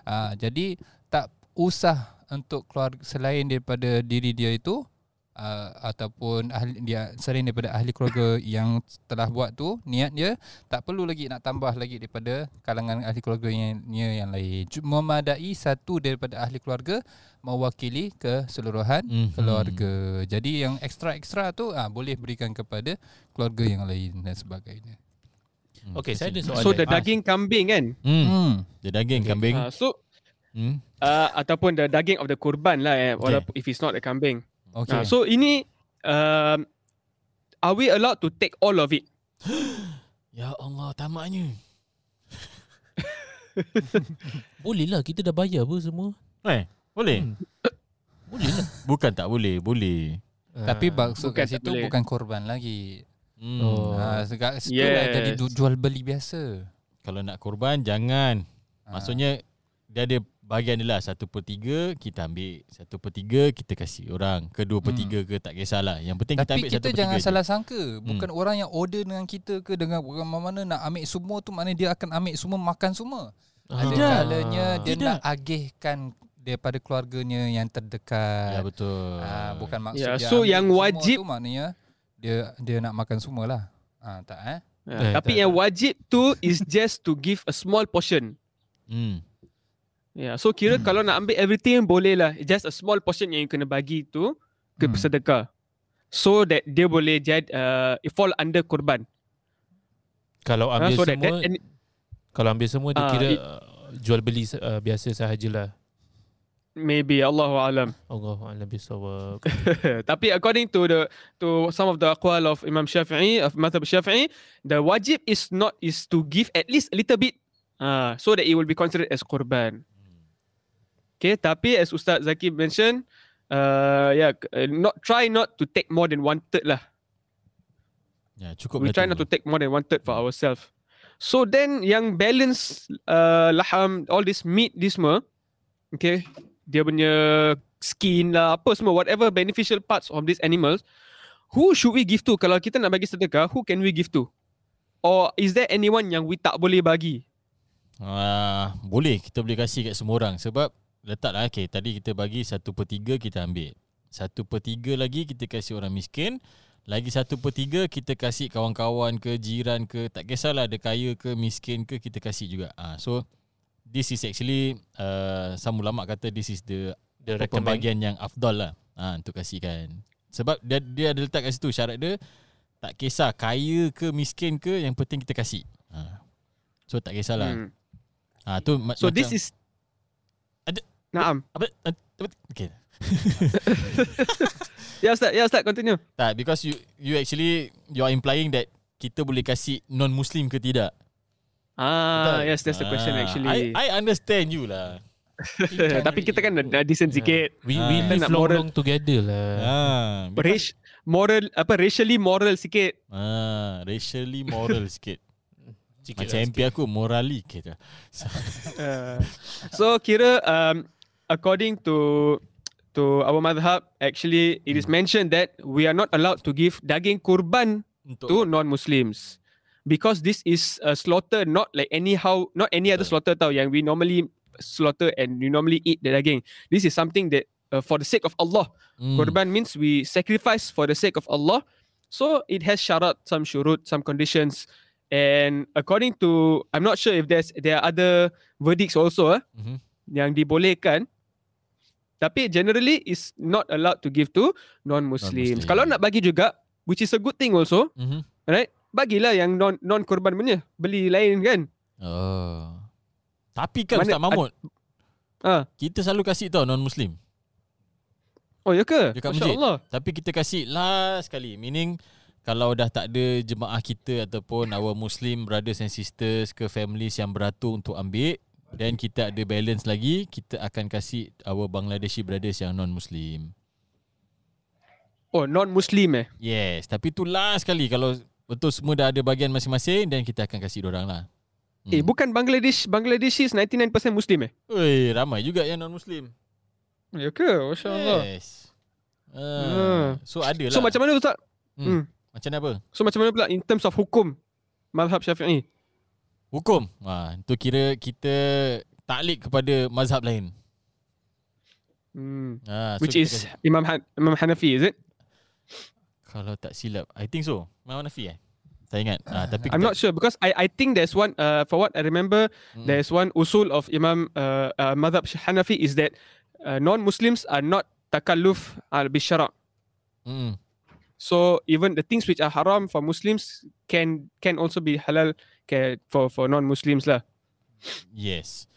S4: uh, jadi tak usah untuk keluarga selain daripada diri dia itu uh, ataupun ahli dia selain daripada ahli keluarga yang telah buat tu niat dia tak perlu lagi nak tambah lagi daripada kalangan ahli keluarga yang yang lain Cu- memadai satu daripada ahli keluarga mewakili keseluruhan
S3: Mhm.
S4: keluarga. Jadi yang ekstra-ekstra tu ah boleh berikan kepada keluarga yang lain dan sebagainya.
S1: Okey, saya ada soalan.
S2: So the
S1: Ah,
S2: daging kambing kan.
S3: Hmm.
S4: Hmm. Ha.
S3: Dia daging kambing.
S2: Uh, so
S3: Hmm.
S2: uh, ataupun the daging of the kurban lah eh,
S3: Okay.
S2: walaupun if it's not a kambing.
S4: Okey.
S2: Okay. Uh, so ini um, are we allowed to take all of it?
S3: Ya Allah, tamaknya.
S1: Boleh lah, kita dah bayar apa semua.
S3: Eh, boleh.
S1: Hmm.
S3: Boleh lah. Bukan tak boleh, boleh.
S1: Ah.
S4: Tapi maksud
S2: Bukan
S4: kat situ
S2: boleh.
S4: bukan korban lagi.
S3: Hmm.
S1: Oh.
S4: Ah dekat situ lah
S2: Yes.
S4: jadi du- jual beli biasa.
S3: Kalau nak korban jangan.
S4: Ah.
S3: Maksudnya dia ada bahagian dia lah 1 per 3 kita ambil 1 per 3 kita kasih orang ke 2 per
S4: Hmm.
S3: 3 ke tak kisahlah yang penting
S4: Tapi
S3: kita ambil 1
S4: kita
S3: per 3
S4: jangan
S3: je.
S4: salah sangka Bukan orang yang order dengan kita ke Dengan orang mana-mana nak ambil semua tu Maknanya dia akan ambil semua Makan semua
S1: Ah.
S4: Ada kalanya dia
S3: Tidak.
S4: nak agihkan Daripada keluarganya yang
S3: ya
S4: terdekat
S3: betul
S4: Ah, Bukan maksud
S2: Ya,
S4: dia
S2: so
S4: ambil
S2: yang
S4: semua
S2: wajib-
S4: tu Maknanya dia dia nak makan semualah Ah Tak eh
S1: Eh,
S2: Uh, tapi
S1: tak,
S2: yang wajib tu is just to give a small portion.
S3: hmm.
S2: Yeah, Ya, so kira
S4: Hmm.
S2: kalau nak ambil everything boleh lah. Just a small portion yang you kena bagi tu ke
S4: Hmm.
S2: sedekah. So that dia boleh jad, uh, it fall under korban.
S1: Kalau
S2: Ah,
S1: ambil
S2: so that,
S1: semua,
S2: that any,
S1: kalau ambil semua dia
S2: Ah,
S1: kira
S2: it-
S1: uh, jual beli uh, biasa sahajalah.
S2: maybe Allahu alam. *laughs*
S1: Allahu a'lam bisawab.
S2: Tapi according to the to some of the aqwal of Imam Syafi'i of Madhab Syafi'i, the wajib is not is to give at least a little bit uh, so that it will be considered as korban. Okay, tapi as Ustaz Zaki mentioned, uh, yeah, k- uh, not try not to take more than one third lah.
S3: ya cukup
S2: we
S3: dah
S2: try
S3: tu.
S2: not to take more than one third for ourselves. So then yang balance uh, laham all this meat this semua, okay, dia punya skin lah apa semua whatever beneficial parts of these animals, who should we give to? Kalau kita nak bagi sedekah, who can we give to? Or is there anyone yang we tak boleh bagi?
S3: Ah, boleh kita boleh kasih kat semua orang sebab letaklah okey tadi kita bagi 1/3 kita ambil. 1/3 lagi kita kasih orang miskin, lagi 1/3 kita kasih kawan-kawan ke jiran ke tak kisahlah ada kaya ke miskin ke kita kasih juga. Ah so this is actually uh, some ulama kata this is the
S1: Dia
S3: apa
S4: Ah,
S1: recommend.
S3: pembagian yang afdal lah ha, untuk kasihkan. Sebab dia dia ada letak kat situ syarat dia tak kisah kaya ke miskin ke yang penting kita kasih. Ha. So tak kisahlah. Hmm.
S2: Hmm.
S3: Ha tu ma-
S2: So
S3: macam,
S2: this is eh,
S3: Ada-
S2: Naam.
S3: apa, apa- apa okay.
S2: Ya Ustaz, ya Ustaz continue.
S3: Tak because you you actually you are implying that kita boleh kasih non muslim ke tidak.
S2: Ah,
S3: Betul?
S2: yes, that's the question
S3: Ah,
S2: actually. *laughs*
S3: I I understand you lah.
S2: Tapi kita kan dah decent
S1: Yeah.
S2: sikit.
S1: We
S3: Ah.
S1: we
S3: Kita
S1: live
S2: nak
S1: long
S2: moral-
S1: long together lah.
S4: Ah,
S3: Ha, because,
S2: Race, moral apa racially moral sikit.
S3: ha, racially
S2: *laughs*
S3: moral sikit.
S1: Sikit
S3: Macam
S1: lah,
S3: MP aku lah. morally kata.
S2: Uh, so kira um, according to to our madhab actually it is mentioned that we are not allowed to give daging kurban to
S3: Untuk
S2: non-muslims because this is a slaughter not like anyhow not any other
S3: Betul.
S2: slaughter tau yang we normally slaughter and we normally eat the daging this is something that uh, for the sake of Allah
S3: Hmm.
S2: Korban means we sacrifice for the sake of Allah. So it has syarat, some syurut, some conditions. And according to, I'm not sure if there's there are other verdicts also eh,
S3: Mhm.
S2: yang dibolehkan. Tapi generally is not allowed to give to non-Muslims.
S3: Non-Muslim.
S2: Kalau nak bagi juga, which is a good thing also,
S3: Mhm.
S2: bagilah yang non non korban punya. Beli lain kan.
S3: Oh. Tapi kan
S2: Mana-
S3: Ustaz Mahmud,
S2: Ah,
S3: kita selalu kasih tau non-Muslim.
S2: oh ya ke?
S3: Dekat
S2: Masya
S3: masjid.
S2: Allah.
S3: Tapi kita kasih last sekali. Meaning kalau dah tak ada jemaah kita ataupun our Muslim brothers and sisters ke families yang beratur untuk ambil, then kita ada balance lagi, kita akan kasih our Bangladeshi brothers yang non-Muslim.
S2: Oh, non-Muslim eh?
S3: Yes, tapi tu last kali kalau betul semua dah ada bahagian masing-masing dan kita akan kasih orang lah.
S2: Hmm. Eh, bukan Bangladesh. Bangladesh is 99% Muslim eh?
S3: Oi, ramai juga yang non-Muslim.
S2: Ya ke? Masya Allah.
S3: Yes. Uh,
S2: Hmm.
S3: so ada lah.
S2: So, macam mana Ustaz?
S3: Hmm.
S2: Hmm.
S3: Macam mana apa?
S2: So, macam mana pula in terms of hukum mazhab syafi'i?
S3: Hukum. Ha, tu kira kita taklik kepada mazhab lain.
S2: Hmm.
S3: Ha, so
S2: Which
S3: kita
S2: is Imam, Han- Imam Hanafi, is it?
S3: Kalau tak silap I think so Imam Hanafi eh Tak ingat ah, Tapi
S2: I'm not sure because I I think there's one uh, for what I remember
S3: Mm.
S2: there's one usul of Imam uh, uh, Madhab Hanafi is that uh, non-Muslims are not takalluf al bishara.
S3: mm,
S2: So even the things which are haram for Muslims can can also be halal ca- for for non-Muslims lah.
S3: Yes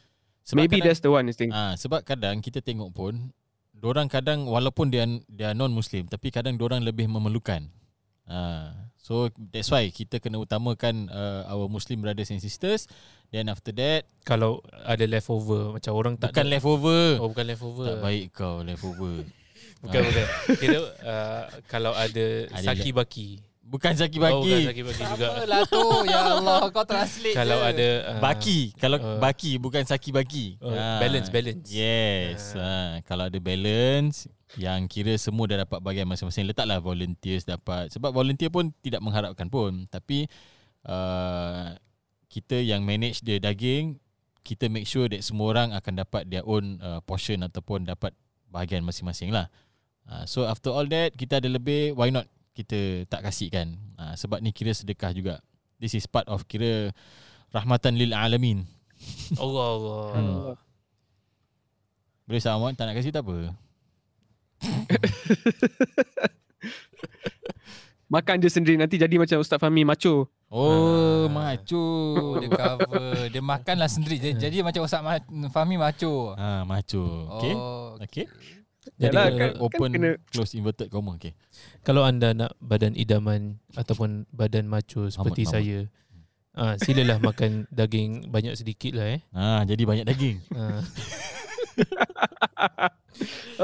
S2: Maybe
S3: kadang,
S2: that's the one I think.
S3: ah, Sebab kadang kita tengok pun Diorang kadang Walaupun dia, dia non-Muslim Tapi kadang diorang lebih memerlukan ah, So that's why Kita kena utamakan uh, Our Muslim brothers and sisters Then after that
S1: Kalau ada leftover macam orang tak
S3: Bukan
S1: ada,
S3: leftover
S1: Oh bukan leftover.
S3: Tak baik kau leftover
S1: Bukan
S3: Ah.
S1: bukan. Kira uh, kalau ada
S3: Ada
S1: saki baki.
S3: Bukan zaki
S1: Oh bukan
S3: baki
S1: saki baki juga.
S4: Apa lah tu Ya Allah Kau translate
S1: Kalau
S4: je.
S1: ada uh,
S3: Baki Kalau
S1: Ah.
S3: baki Bukan saki baki
S1: Oh,
S3: Ah.
S1: balance, balance.
S3: Yes ha. Kalau ada balance Yang kira semua dah dapat bagian masing-masing Letaklah volunteers dapat Sebab volunteer pun Tidak mengharapkan pun Tapi uh, Kita yang manage dia daging Kita make sure that semua orang Akan dapat their own uh, portion Ataupun dapat bahagian masing-masing lah uh, So after all that Kita ada lebih Why not kita tak kasihkan uh, Sebab ni kira sedekah juga This is part of kira Rahmatan lil alamin
S1: Allah Allah.
S3: Hmm. Boleh sama tak nak kasih tak apa
S2: Makan dia sendiri nanti jadi macam Ustaz Fahmi macho.
S1: Ah.
S3: Oh, macu.
S4: Oh, dia cover Dia makanlah sendiri Jadi, jadi macam Ustaz Ma- Fahmi maco
S3: Ah, macu. Okey.
S4: Oh,
S3: Okey.
S1: Jadi
S2: Yalah,
S1: kalau,
S2: kan-
S3: Open
S2: kena-
S3: close inverted comma. Okey.
S1: kalau anda nak badan idaman ataupun badan macho seperti
S3: Mamat.
S1: saya, ah silalah makan daging banyak sedikit lah eh.
S3: Ah, jadi banyak daging.
S1: Ah,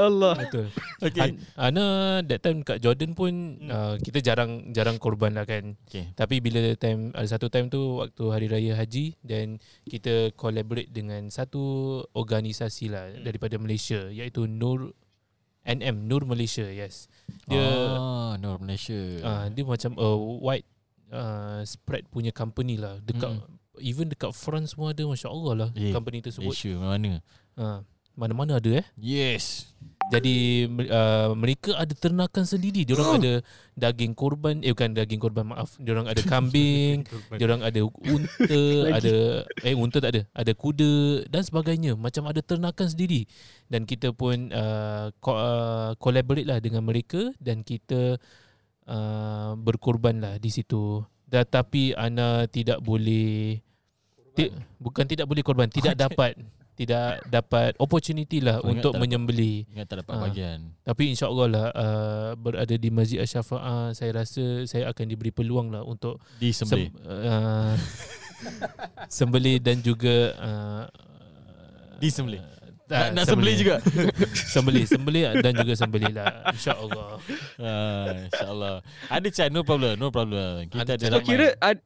S2: Allah.
S1: betul.
S3: Okey.
S1: An- Ana Kan? Ah, that time kat Jordan pun uh, kita jarang jarang korban lah kan.
S3: Okey.
S1: Tapi bila time ada satu time tu waktu hari raya haji dan kita collaborate dengan satu organisasi lah daripada Malaysia iaitu Nur NM Nur Malaysia yes.
S3: Dia
S1: Dia
S3: ah, Nur Malaysia.
S1: uh, dia macam a wide uh, spread punya company lah dekat
S3: Mm.
S1: even dekat France semua ada masya-Allah lah
S3: Eh,
S1: company tersebut.
S3: Malaysia mana?
S1: Ha, mana-mana ada eh.
S3: Yes.
S1: Jadi uh, mereka ada ternakan sendiri. Diorang ada daging korban, eh bukan daging korban maaf. Diorang ada kambing, diorang ada unta, ada eh unta tak ada, ada kuda dan sebagainya. Macam ada ternakan sendiri. Dan kita pun uh, co- uh, collaborate lah dengan mereka dan kita uh, berkorban lah di situ. Tetapi Ana tidak boleh ti, bukan tidak boleh korban, tidak dapat tidak dapat opportunity lah
S3: Kau ingat
S1: untuk
S3: tak dapat?
S1: menyembelih.
S3: Ingat tak dapat
S1: Ah.
S3: bahagian.
S1: Tapi insyaAllah lah uh, berada di Masjid Asyafa'a saya rasa saya akan diberi peluang lah untuk
S3: Disembelih. *laughs*
S1: uh, sembelih dan juga uh,
S3: Disembelih.
S1: tak,
S3: nak, nak sembelih juga.
S1: *laughs* Sembelih, sembelih dan juga sembelih lah insyaAllah.
S3: ah, InsyaAllah. Ada Chan, no problem. No problem. Kita ada
S1: Ada-
S2: So
S3: ramai.
S2: kira ad,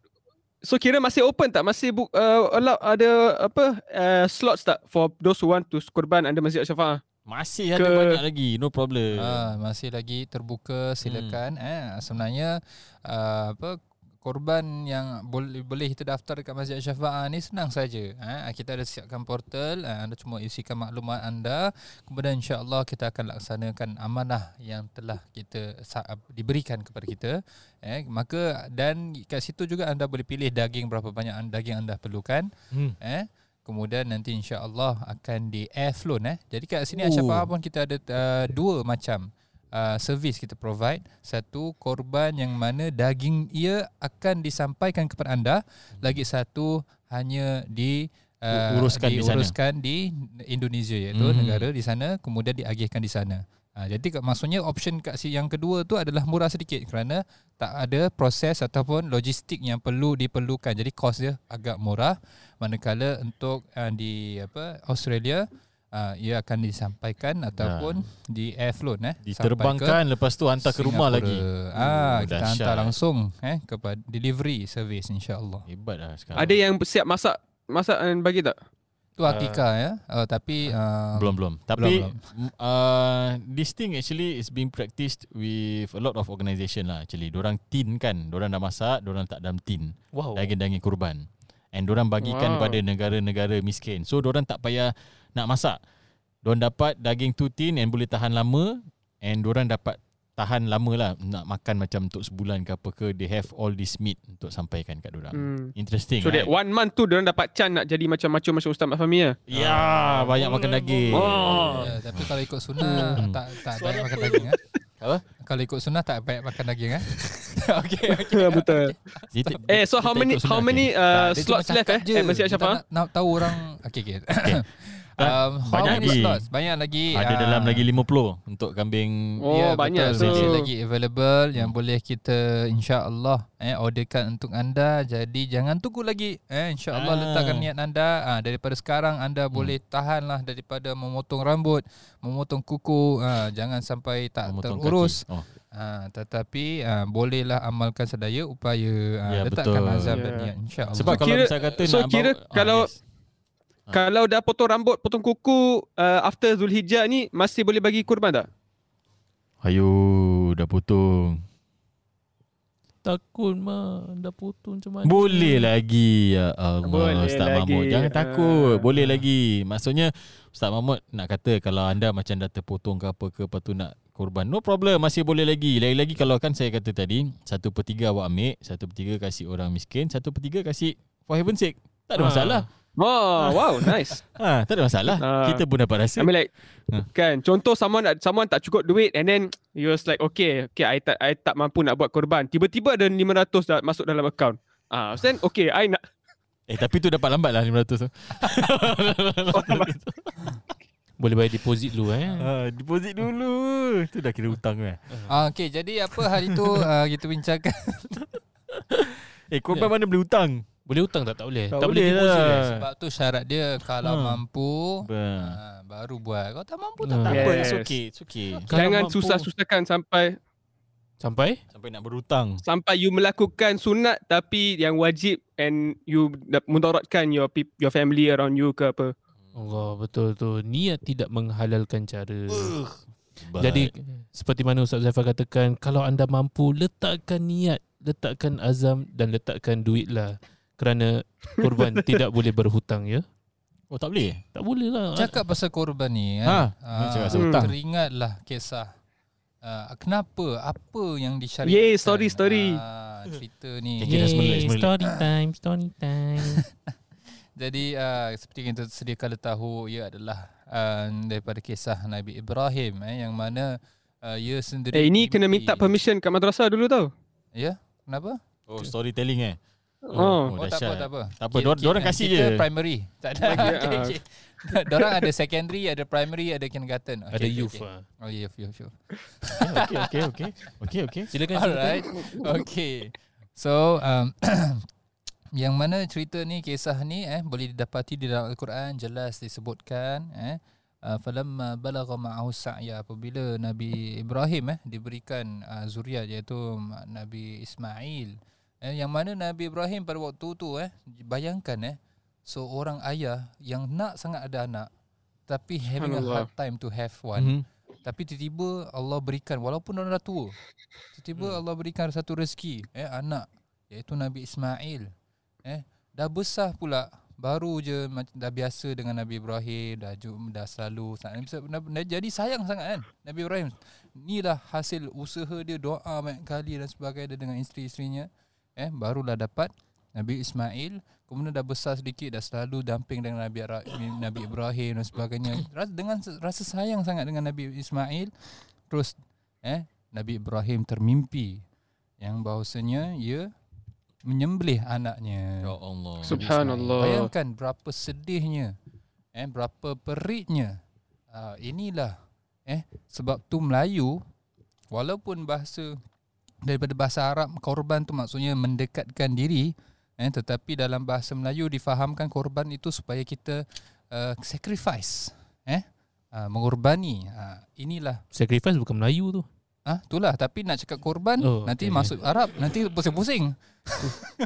S2: so kira masih open tak? Masih bu, uh, allow, ada apa uh, slots tak for those who want to korban under Masjid Asyafa'a?
S3: Masih ada
S2: Ke-
S3: banyak lagi. No problem.
S4: Ah, masih lagi terbuka silakan. Hmm. Eh, sebenarnya ah, apa korban yang boleh boleh kita daftar dekat Masjid Syafa'ah ni senang saja. Eh, kita ada siapkan portal, eh, anda cuma isikan maklumat anda. Kemudian insya-Allah kita akan laksanakan amanah yang telah kita sa- diberikan kepada kita. Eh, maka dan kat situ juga anda boleh pilih daging berapa banyak an- daging anda perlukan.
S1: Hmm.
S4: Hmm. Eh, Kemudian nanti insya-Allah akan di airflown eh. Jadi kat
S3: Oh.
S4: sini Asyafah pun kita ada uh, dua macam uh, servis kita provide. Satu korban yang mana daging ia akan disampaikan kepada anda. Lagi satu hanya di eh,
S3: U- uruskan di sana.
S4: diuruskan di Indonesia iaitu
S3: Hmm.
S4: hmm. negara di sana kemudian diagihkan di sana. Ha, jadi kat- maksudnya option kat si yang kedua tu adalah murah sedikit kerana tak ada proses ataupun logistik yang perlu diperlukan. Jadi kos dia agak murah manakala untuk uh, di apa Australia uh, ia akan disampaikan ataupun di airflown eh
S3: Diterbangkan lepas tu hantar ke rumah lagi.
S4: Ah,
S3: Oh,
S4: kita
S3: dahsyat.
S4: hantar langsung eh kepada delivery service insyaallah.
S3: Hebat lah sekarang.
S2: Ada yang siap masak masak dan bagi tak?
S4: Tu akika ya. Uh, tapi
S3: Ah.
S4: uh,
S3: belum belum. Tapi
S4: belum.
S3: m- uh, this thing actually is being practiced with a lot of organisation lah actually. Diorang tin kan, diorang dah masak, diorang tak dalam tin.
S1: Wow.
S3: daging-daging kurban and diorang bagikan
S2: Wow.
S3: wow. kepada negara-negara miskin. So diorang tak payah nak masak. Diorang dapat daging tu tin and boleh tahan lama and diorang dapat tahan lama lah nak makan macam untuk sebulan ke apa ke they have all this meat untuk sampaikan kat diorang. Hmm.
S2: Hmm.
S3: Interesting.
S2: So that one month tu diorang dapat chance nak jadi macam macam macam Ustaz Mat *laughs* Fahmi lah.
S3: Ya, banyak makan daging.
S2: Oh.
S4: Ya, tapi kalau ikut sunnah
S3: Hmm.
S4: tak tak baik makan daging eh.
S3: Apa?
S4: Kalau ikut sunnah tak baik makan daging
S3: *laughs*
S4: eh. *laughs* Okey.
S2: Ya, Betul.
S3: Dia tak-
S2: Eh so how
S3: kita
S2: many
S3: ikut sunnah,
S2: how many
S4: Tak,
S2: uh,
S4: dia
S2: slots
S4: cuma
S2: left
S4: cakap
S2: eh? eh Masih
S4: Kita
S2: Ashraf.
S4: nak, nak tahu orang Okey okey. *laughs* um, how
S3: Banyak
S4: many
S3: lagi.
S4: slots? Banyak lagi.
S3: okay. Ada
S4: Ah.
S3: dalam lagi 50 untuk kambing
S2: Ya. Oh
S4: Ya,
S2: banyak.
S4: betul. Masih
S2: So
S4: lagi available yang boleh kita insya-Allah eh orderkan untuk anda. Jadi jangan tunggu lagi. Eh insya-Allah
S3: Ah.
S4: letakkan niat anda. Ah daripada sekarang anda boleh tahanlah daripada memotong rambut, memotong kuku. Ah jangan sampai tak
S3: memotong
S4: terurus.
S3: kaki. Oh.
S4: Ha, tetapi ha, bolehlah amalkan sedaya upaya
S3: Ya,
S4: ha, letakkan
S3: betul.
S4: azam
S2: Ya.
S4: dan niat insya-Allah.
S3: Sebab
S2: So,
S3: kalau
S2: kira-
S3: misal kata
S2: so
S3: nak
S2: kira
S3: bawa- Ah,
S2: kalau-
S3: yes.
S4: ha.
S2: kalau dah potong rambut, potong kuku uh, after Zulhijjah ni masih boleh bagi kurban tak?
S4: *laughs*
S3: Ayo dah potong
S1: Takut mah dah putus macam mana?
S3: Boleh lagi ya Allah
S2: Boleh
S3: Ustaz
S2: lagi.
S3: Mahmud. Jangan
S2: Ah.
S3: takut. Boleh lagi. Maksudnya Ustaz Mahmud nak kata kalau anda macam dah terpotong ke apa ke lepas tu nak korban. No problem. Masih boleh lagi. Lagi-lagi kalau kan saya kata tadi, satu per tiga awak ambil, satu per tiga kasih orang miskin, satu per tiga kasih for heaven's sake. Tak ada
S1: Ah.
S3: masalah.
S2: Oh, wow, nice.
S3: Ha, tak ada masalah.
S2: Ah.
S3: Kita pun dapat rasa.
S2: I mean like
S3: Huh.
S2: kan contoh someone someone tak cukup duit and then you was like okay okay I tak I tak mampu nak buat korban. Tiba-tiba ada 500 dah masuk dalam account. Ah, so then okay I nak
S3: Eh tapi tu dapat lambat lah 500 tu.
S1: Boleh bayar deposit dulu eh.
S3: ha, deposit dulu. Tu dah kira hutang kan.
S4: Ah, Okey, jadi apa hari tu ah, kita bincangkan
S3: Eh korban mana boleh hutang?
S1: Boleh hutang tak? Tak boleh.
S3: Tak boleh lah.
S1: eh.
S4: sebab tu syarat dia kalau
S3: Hmm.
S4: mampu
S3: Ba.
S4: ah, baru buat. Kalau tak mampu tak
S1: Hmm.
S3: Tak
S4: tak.
S3: apa,
S2: Yes.
S3: it's okay, it's okay.
S1: Kalau
S2: jangan
S1: mampu-
S2: susah-susahkan sampai
S1: Sampai?
S3: Sampai nak berhutang.
S2: sampai you melakukan sunat tapi yang wajib and you dah mudaratkan your peop- your family around you ke apa.
S1: Allah betul tu. Niat tidak menghalalkan cara.
S3: Hmm. But,
S1: Jadi seperti mana Ustaz Zaifal katakan, kalau anda mampu letakkan niat, letakkan azam dan letakkan duit lah. Kerana korban *laughs* tidak boleh berhutang ya.
S3: oh tak boleh.
S1: Tak boleh lah.
S4: Cakap pasal korban ni kan.
S3: Ha,
S4: ah,
S3: cakap pasal
S2: hutang.
S4: Teringatlah kisah Ah, kenapa? Apa yang disyariatkan?
S2: Yay, story, story.
S4: Ah, cerita ni.
S3: Okay, dah semelit,
S1: Yeay,
S3: semelit.
S1: story time, story time.
S4: Jadi uh, seperti yang kita sedia kala tahu ia adalah uh, daripada kisah Nabi Ibrahim eh, yang mana uh, ia sendiri
S2: Eh ini kena minta
S4: mimpi-
S2: permission kat madrasah dulu tau.
S4: Ya, kenapa?
S3: Oh storytelling eh.
S2: Oh.
S3: Oh,
S4: Oh, tak apa,
S3: dahsyat.
S4: tak apa.
S3: Tak apa, dorang- dorang kasih
S4: kita
S3: je.
S4: primary. Tak ada.
S2: Bagi,
S4: *laughs* Okay,
S2: ah.
S4: okay. Dorang ada secondary, ada primary, ada kindergarten. Okay,
S1: Ada
S4: okay,
S1: youth
S4: Okay.
S1: lah.
S4: Oh, youth, youth, youth.
S3: *laughs* Okay, okay, okay. Okay, okay.
S1: Silakan. silakan.
S4: Alright. *laughs* Okay. So, um, *coughs* yang mana cerita ni kisah ni eh boleh didapati di dalam al-Quran jelas disebutkan eh uh, falamma balagha ma'ahu sa'ya apabila Nabi Ibrahim eh diberikan uh, zuriat iaitu Nabi Ismail eh yang mana Nabi Ibrahim pada waktu tu eh bayangkan eh seorang ayah yang nak sangat ada anak tapi having a hard time to have one
S3: Mhm.
S4: tapi tiba-tiba Allah berikan walaupun orang dah tua. Tiba-tiba hmm. Allah berikan satu rezeki eh anak iaitu Nabi Ismail. Eh dah besar pula baru je mac- dah biasa dengan Nabi Ibrahim dah ju- dah selalu sa- Nabi Isa- Nabi- Nabi- jadi sayang sangat kan Nabi Ibrahim. Inilah hasil usaha dia doa banyak kali dan sebagainya dengan isteri-isterinya. Eh barulah dapat Nabi Ismail Kemudian dah besar sedikit Dah selalu damping dengan Nabi, Ra- Nabi Ibrahim dan sebagainya Ras- Dengan se- rasa sayang sangat dengan Nabi Ismail Terus eh Nabi Ibrahim termimpi Yang bahawasanya ia menyembelih anaknya
S3: Ya Allah.
S2: Sub-
S4: Nabi
S2: Subhanallah.
S4: Ismail. Bayangkan berapa sedihnya. Eh berapa peritnya. Uh, inilah eh sebab tu Melayu walaupun bahasa daripada bahasa Arab korban tu maksudnya mendekatkan diri eh tetapi dalam bahasa Melayu difahamkan korban itu supaya kita uh, eh, sacrifice eh uh, mengurbani uh, inilah
S1: *laughs* Sacrifice bukan Melayu tu.
S4: ah itulah tapi nak cakap korban
S1: Oh,
S4: oh, nanti
S1: okay.
S4: okay. masuk Arab nanti pusing-pusing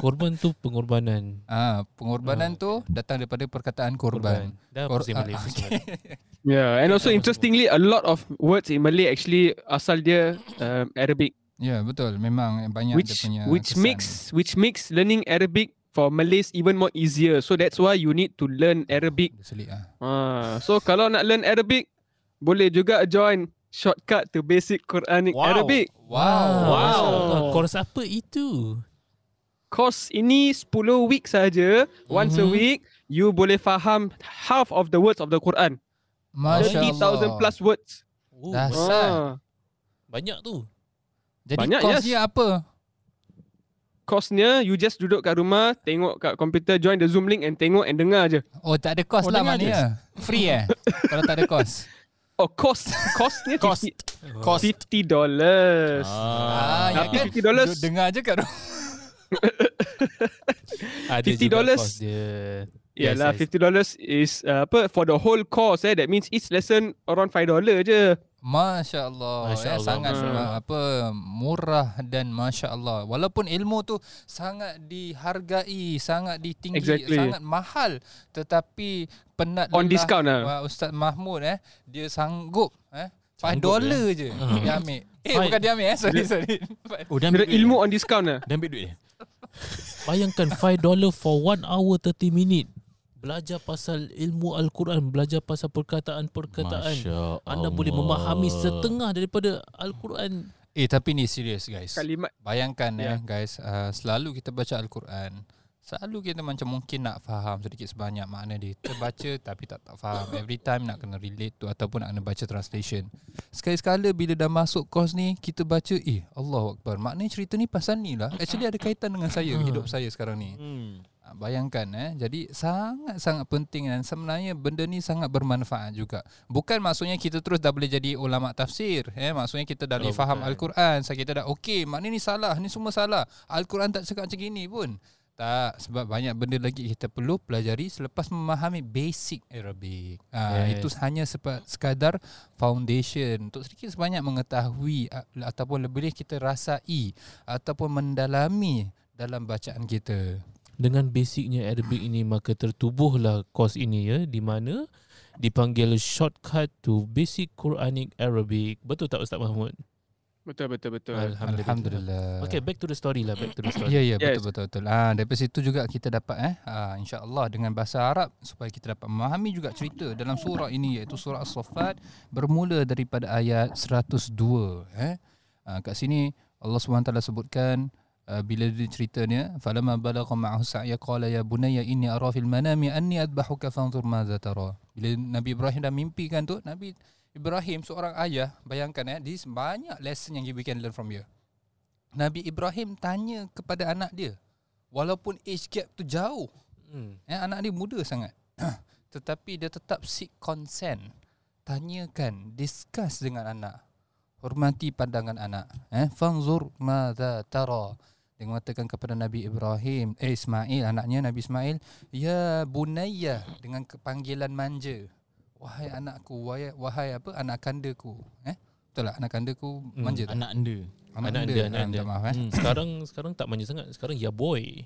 S1: Korban tu pengorbanan.
S4: ah pengorbanan
S1: Oh,
S4: tu datang daripada perkataan korban,
S1: Dah
S4: Kor-
S1: Kor-
S4: ah,
S1: Melayu. Okay.
S2: Yeah, and also
S1: Yeah.
S2: interestingly, a lot of words in Malay actually asal dia um, Arabic,
S4: ya betul memang banyak
S2: which
S4: dia punya
S2: which
S4: kesan.
S2: makes which makes learning Arabic for Malays even more easier. So that's why you need to learn Arabic.
S4: Dia selit ah
S2: Ah, so kalau nak learn Arabic, boleh juga join shortcut to basic Quranic
S3: Wow.
S2: Arabic.
S4: *laughs* wow
S2: Wow.
S1: Kors apa itu?
S2: Course ini 10 week saja. Once a
S1: Mhm.
S2: week, you boleh faham half of the words of the Quran.
S4: Masya Allah.
S2: 30,000 plus words.
S1: Oh, ba-
S4: Dah. Asal.
S2: Ah.
S1: banyak tu.
S4: Jadi
S2: Banyak,
S4: kos
S2: yes.
S4: dia apa?
S2: Kosnya you just duduk kat rumah Tengok kat komputer Join the Zoom link And tengok and dengar je
S4: Oh tak ada kos
S1: Oh,
S4: lah
S1: dengar je.
S4: maknanya. Free eh? Kalau tak ada kos.
S2: Oh cost
S4: *laughs*
S2: Costnya
S3: Cost.
S2: cost.
S3: Cost.
S2: $50 dollars
S3: Ah,
S2: ya kan?
S4: Duduk
S2: $50.
S4: Dengar je kat rumah.
S1: Ada
S2: $50
S1: juga kos dia.
S2: Yalah
S1: Yes, yes.
S2: $50 is uh, apa For the whole course eh That means each lesson Around $5 je
S4: Masya
S1: Masya
S4: Allah. Masya
S1: Allah.
S4: Allah. Sangat
S2: Hmm.
S4: uh, apa murah dan Masya Allah. Walaupun ilmu tu sangat dihargai, sangat ditinggi,
S2: Exactly.
S4: sangat mahal. Tetapi penat
S2: On
S4: lelah,
S2: discount lah.
S4: Wah, Ustaz Mahmud eh, dia sanggup eh. $5
S1: Sanggup,
S4: je
S1: Hmm.
S4: dia *laughs* ambil. Eh
S1: Fine.
S4: bukan dia ambil eh, sorry sorry.
S3: Oh,
S2: Kira
S3: dia ambil duit
S4: eh.
S2: ilmu on discount lah
S3: dia? Dia ambil duit dia?
S1: Bayangkan $5 for 1 hour 30 minit. Belajar pasal ilmu Al-Quran, belajar pasal perkataan-perkataan.
S3: Masya
S1: Anda
S3: Allah.
S1: boleh memahami setengah daripada Al-Quran.
S4: Eh tapi ni serius guys.
S2: Kalimat
S4: Bayangkan
S2: Ya.
S4: yeah. eh guys, uh, selalu kita baca Al-Quran, selalu kita macam mungkin nak faham sedikit sebanyak makna dia. Kita baca *laughs* tapi tak tak faham. Every time nak kena relate tu ataupun nak kena baca translation. Sekali-sekala bila dah masuk course ni, kita baca, eh Allah Akbar, maknanya cerita ni pasal ni lah. Actually ada kaitan dengan saya,
S1: Ha.
S4: Hmm. hidup saya sekarang ni.
S3: Hmm.
S4: Ah, Bayangkan eh Jadi sangat-sangat penting Dan sebenarnya benda ni sangat bermanfaat juga Bukan maksudnya kita terus dah boleh jadi ulama tafsir eh Maksudnya kita dah
S1: Oh,
S4: boleh faham
S1: bukan.
S4: Al-Quran so Kita dah okey maknanya ni salah Ni semua salah Al-Quran tak cakap macam gini pun tak sebab banyak benda lagi kita perlu pelajari selepas memahami basic Arabic. Ah
S1: Yes.
S4: yes. itu hanya sepa- sekadar foundation untuk sedikit sebanyak mengetahui ah, ataupun lebih kita rasai ataupun mendalami dalam bacaan kita.
S1: Dengan basicnya Arabic ini maka tertubuhlah kos ini ya di mana dipanggil shortcut to basic Quranic Arabic. Betul tak Ustaz Mahmud?
S2: Betul betul betul
S4: Alhamdulillah.
S1: Okay, back to the story lah, back to the story.
S4: Ya ya
S2: Yes.
S4: betul betul betul. Ah daripada situ juga kita dapat eh ah, insya-Allah dengan bahasa Arab supaya kita dapat memahami juga cerita dalam surah ini iaitu surah As-Saffat bermula daripada ayat 102 eh. Ah, kat sini Allah SWT sebutkan ah, bila dia ceritanya falamma balagha ma'ahu sa'ya qala ya bunayya inni ara fil manami anni adbahuka fanzur madza tara. Bila Nabi Ibrahim dah mimpikan tu Nabi Ibrahim seorang ayah bayangkan eh this banyak lesson yang we can learn from here. Nabi Ibrahim tanya kepada anak dia walaupun age gap tu jauh
S1: Hmm.
S4: eh, anak dia muda sangat *clears throat* tetapi dia tetap seek consent tanyakan discuss dengan anak hormati pandangan anak eh fanzur madza tara dia mengatakan kepada Nabi Ibrahim eh Ismail anaknya Nabi Ismail ya bunayya dengan ke- panggilan manja wahai anakku wahai, wahai apa anak kandaku eh betul lah anak kandaku manja tak?
S3: Anak anda.
S1: Hmm. Anak
S4: anda,
S1: anda, anak
S4: ah,
S1: anda.
S4: minta maaf eh
S1: Hmm. Sekarang sekarang tak manja sangat. Sekarang ya boy.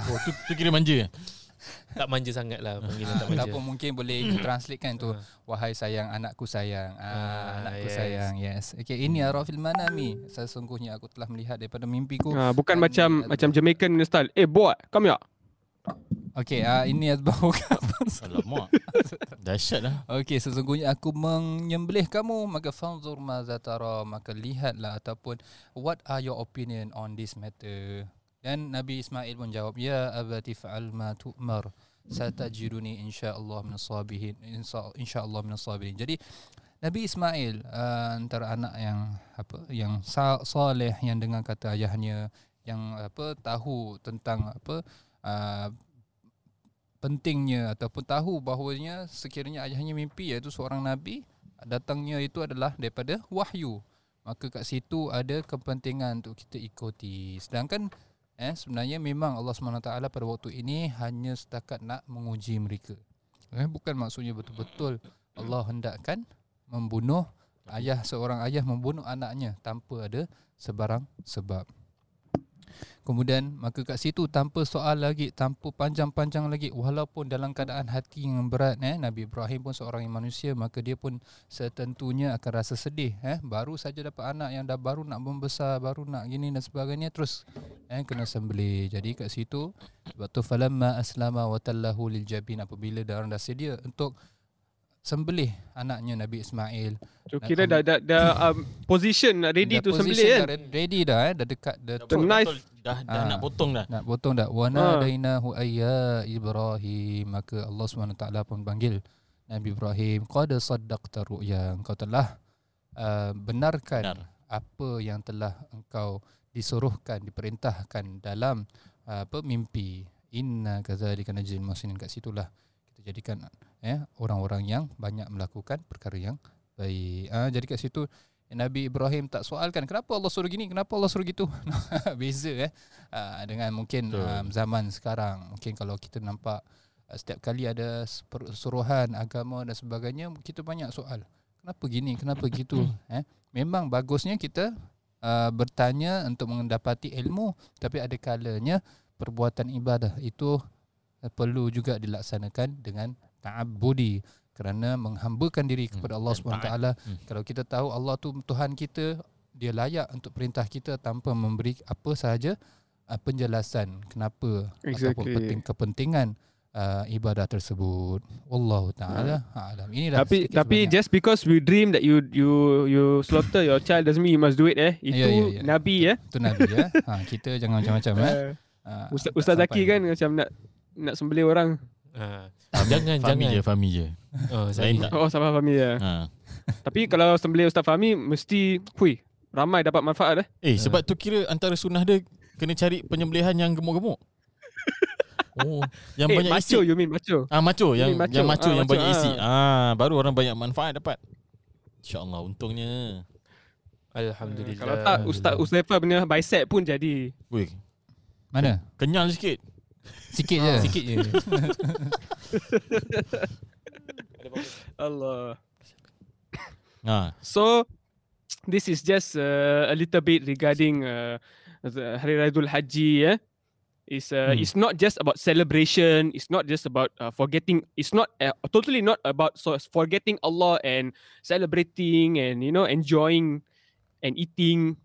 S3: Oh, tu, tu kira manja.
S1: Tak manja sangat lah panggilan tak manja.
S4: Ataupun mungkin
S1: Hmm.
S4: boleh translatekan tu
S1: Ah.
S4: Wahai sayang anakku sayang ah,
S1: Ah,
S4: Anakku
S1: yes.
S4: sayang Yes Okay ini Arafil Manami Sesungguhnya aku telah melihat daripada
S1: Ya.
S4: mimpiku
S2: Ah, Bukan
S4: Ani
S2: macam
S4: Adba.
S2: Macam Jamaican punya style Eh boy Come here
S4: Okay ah, ini *laughs* Azbahu
S3: Alamak. Dahsyat lah.
S4: Okay sesungguhnya aku menyembelih kamu Maka fanzur mazatara Maka lihatlah ataupun What are your opinion on this matter Dan Nabi Ismail pun jawab Ya abati fa'al ma tu'mar Satajiduni insyaAllah minasabihin insya- InsyaAllah minasabihin Jadi Nabi Ismail uh, antara anak yang apa yang sa- soleh yang dengar kata ayahnya yang apa tahu tentang apa uh, pentingnya ataupun tahu bahawanya sekiranya ayahnya mimpi iaitu seorang nabi datangnya itu adalah daripada wahyu maka kat situ ada kepentingan untuk kita ikuti sedangkan eh sebenarnya memang Allah SWT pada waktu ini hanya setakat nak menguji mereka eh bukan maksudnya betul-betul Allah hendakkan membunuh ayah seorang ayah membunuh anaknya tanpa ada sebarang sebab. Kemudian maka kat situ tanpa soal lagi, tanpa panjang-panjang lagi walaupun dalam keadaan hati yang berat eh Nabi Ibrahim pun seorang yang manusia maka dia pun setentunya akan rasa sedih eh baru saja dapat anak yang dah baru nak membesar, baru nak gini dan sebagainya terus eh kena sembelih. Jadi kat situ sebab tu falamma aslama wa tallahu lil jabin apabila dah orang dah sedia untuk sembelih anaknya Nabi Ismail
S2: So kira dah dah, dah um, position nak ready
S4: Dah
S2: tu
S4: position
S2: sembelih kan.
S4: dah re- Ready dah eh, dah dekat dah
S3: Dah
S2: The
S3: potong,
S2: knife.
S3: betul. Dah, dah
S4: Ah.
S3: nak potong dah.
S4: nak potong dah. Wa nadainahu ayya Ibrahim. Maka Allah SWT pun panggil Nabi Ibrahim, qad saddaqta ru'ya. Engkau telah uh, benarkan
S3: Benar.
S4: apa yang telah engkau disuruhkan, diperintahkan dalam uh, apa mimpi. Inna kadzalika najzil muhsinin. Kat situlah kita jadikan eh orang-orang yang banyak melakukan perkara yang baik. Ah ha, jadi kat situ Nabi Ibrahim tak soalkan kenapa Allah suruh gini, kenapa Allah suruh gitu. *laughs* Beza eh uh, dengan mungkin
S3: Betul.
S4: um, zaman sekarang. Mungkin kalau kita nampak uh, setiap kali ada seper- suruhan agama dan sebagainya, kita banyak soal. Kenapa gini, kenapa gitu? eh? Memang bagusnya kita uh, bertanya untuk mendapati ilmu, tapi ada kalanya perbuatan ibadah itu uh, perlu juga dilaksanakan dengan ta'abbudi kerana menghambakan diri kepada Allah
S3: dan taat.
S4: SWT.
S3: Hmm.
S4: Kalau kita tahu Allah tu Tuhan kita, dia layak untuk perintah kita tanpa memberi apa sahaja uh, penjelasan kenapa ataupun
S2: Exactly.
S4: penting kepentingan uh, ibadah tersebut. Wallahu taala
S3: Hmm.
S4: alam. Inilah
S2: tapi
S4: sedikit
S2: tapi
S4: sebanyak.
S2: just because we dream that you you you slaughter your child doesn't mean you must do it eh. Itu
S4: Ya, ya, ya.
S2: nabi eh.
S4: tu Nabi ya. Ha kita jangan macam-macam
S2: *laughs*
S4: eh.
S2: Uh,
S4: Ha,
S2: Ustaz,
S4: tak
S2: Ustaz Zaki kan
S4: sampai.
S2: macam nak nak sembelih orang.
S1: Ha. Jangan
S3: Fahmi
S1: jangan.
S3: je, Fahmi je.
S1: Oh,
S3: Lain
S1: sorry.
S3: tak?
S2: Oh sabar Fahmi ya.
S3: Ha.
S2: Tapi kalau sembelih Ustaz Fahmi mesti hui ramai dapat manfaat eh.
S3: Eh, sebab tu kira antara sunnah dia kena cari penyembelihan
S2: *laughs*
S3: yang gemuk-gemuk.
S1: Oh.
S3: Yang
S2: eh
S3: banyak
S2: macho
S3: isi.
S2: you mean macho.
S3: Ah macho
S2: Ini
S3: yang
S2: macho.
S3: yang macho
S2: Ah,
S3: yang
S2: macho,
S3: banyak
S2: ah.
S3: isi. Ah baru orang banyak manfaat dapat. Insya-Allah untungnya.
S1: Alhamdulillah.
S3: Ya,
S2: Kalau tak Ustaz Uzaifa punya bicep pun jadi.
S3: Weh,
S4: Mana?
S3: kenyal sikit.
S4: Sikit
S3: Ha,
S4: je.
S1: sikit je.
S2: Allah.
S3: Ha.
S2: So this is just uh, a little bit regarding uh, the Hari Raya Dhul Haji. Eh? It's uh,
S3: Hmm.
S2: it's not just about celebration. It's not just about uh, forgetting. It's not uh, totally not about so forgetting Allah and celebrating and you know enjoying and eating.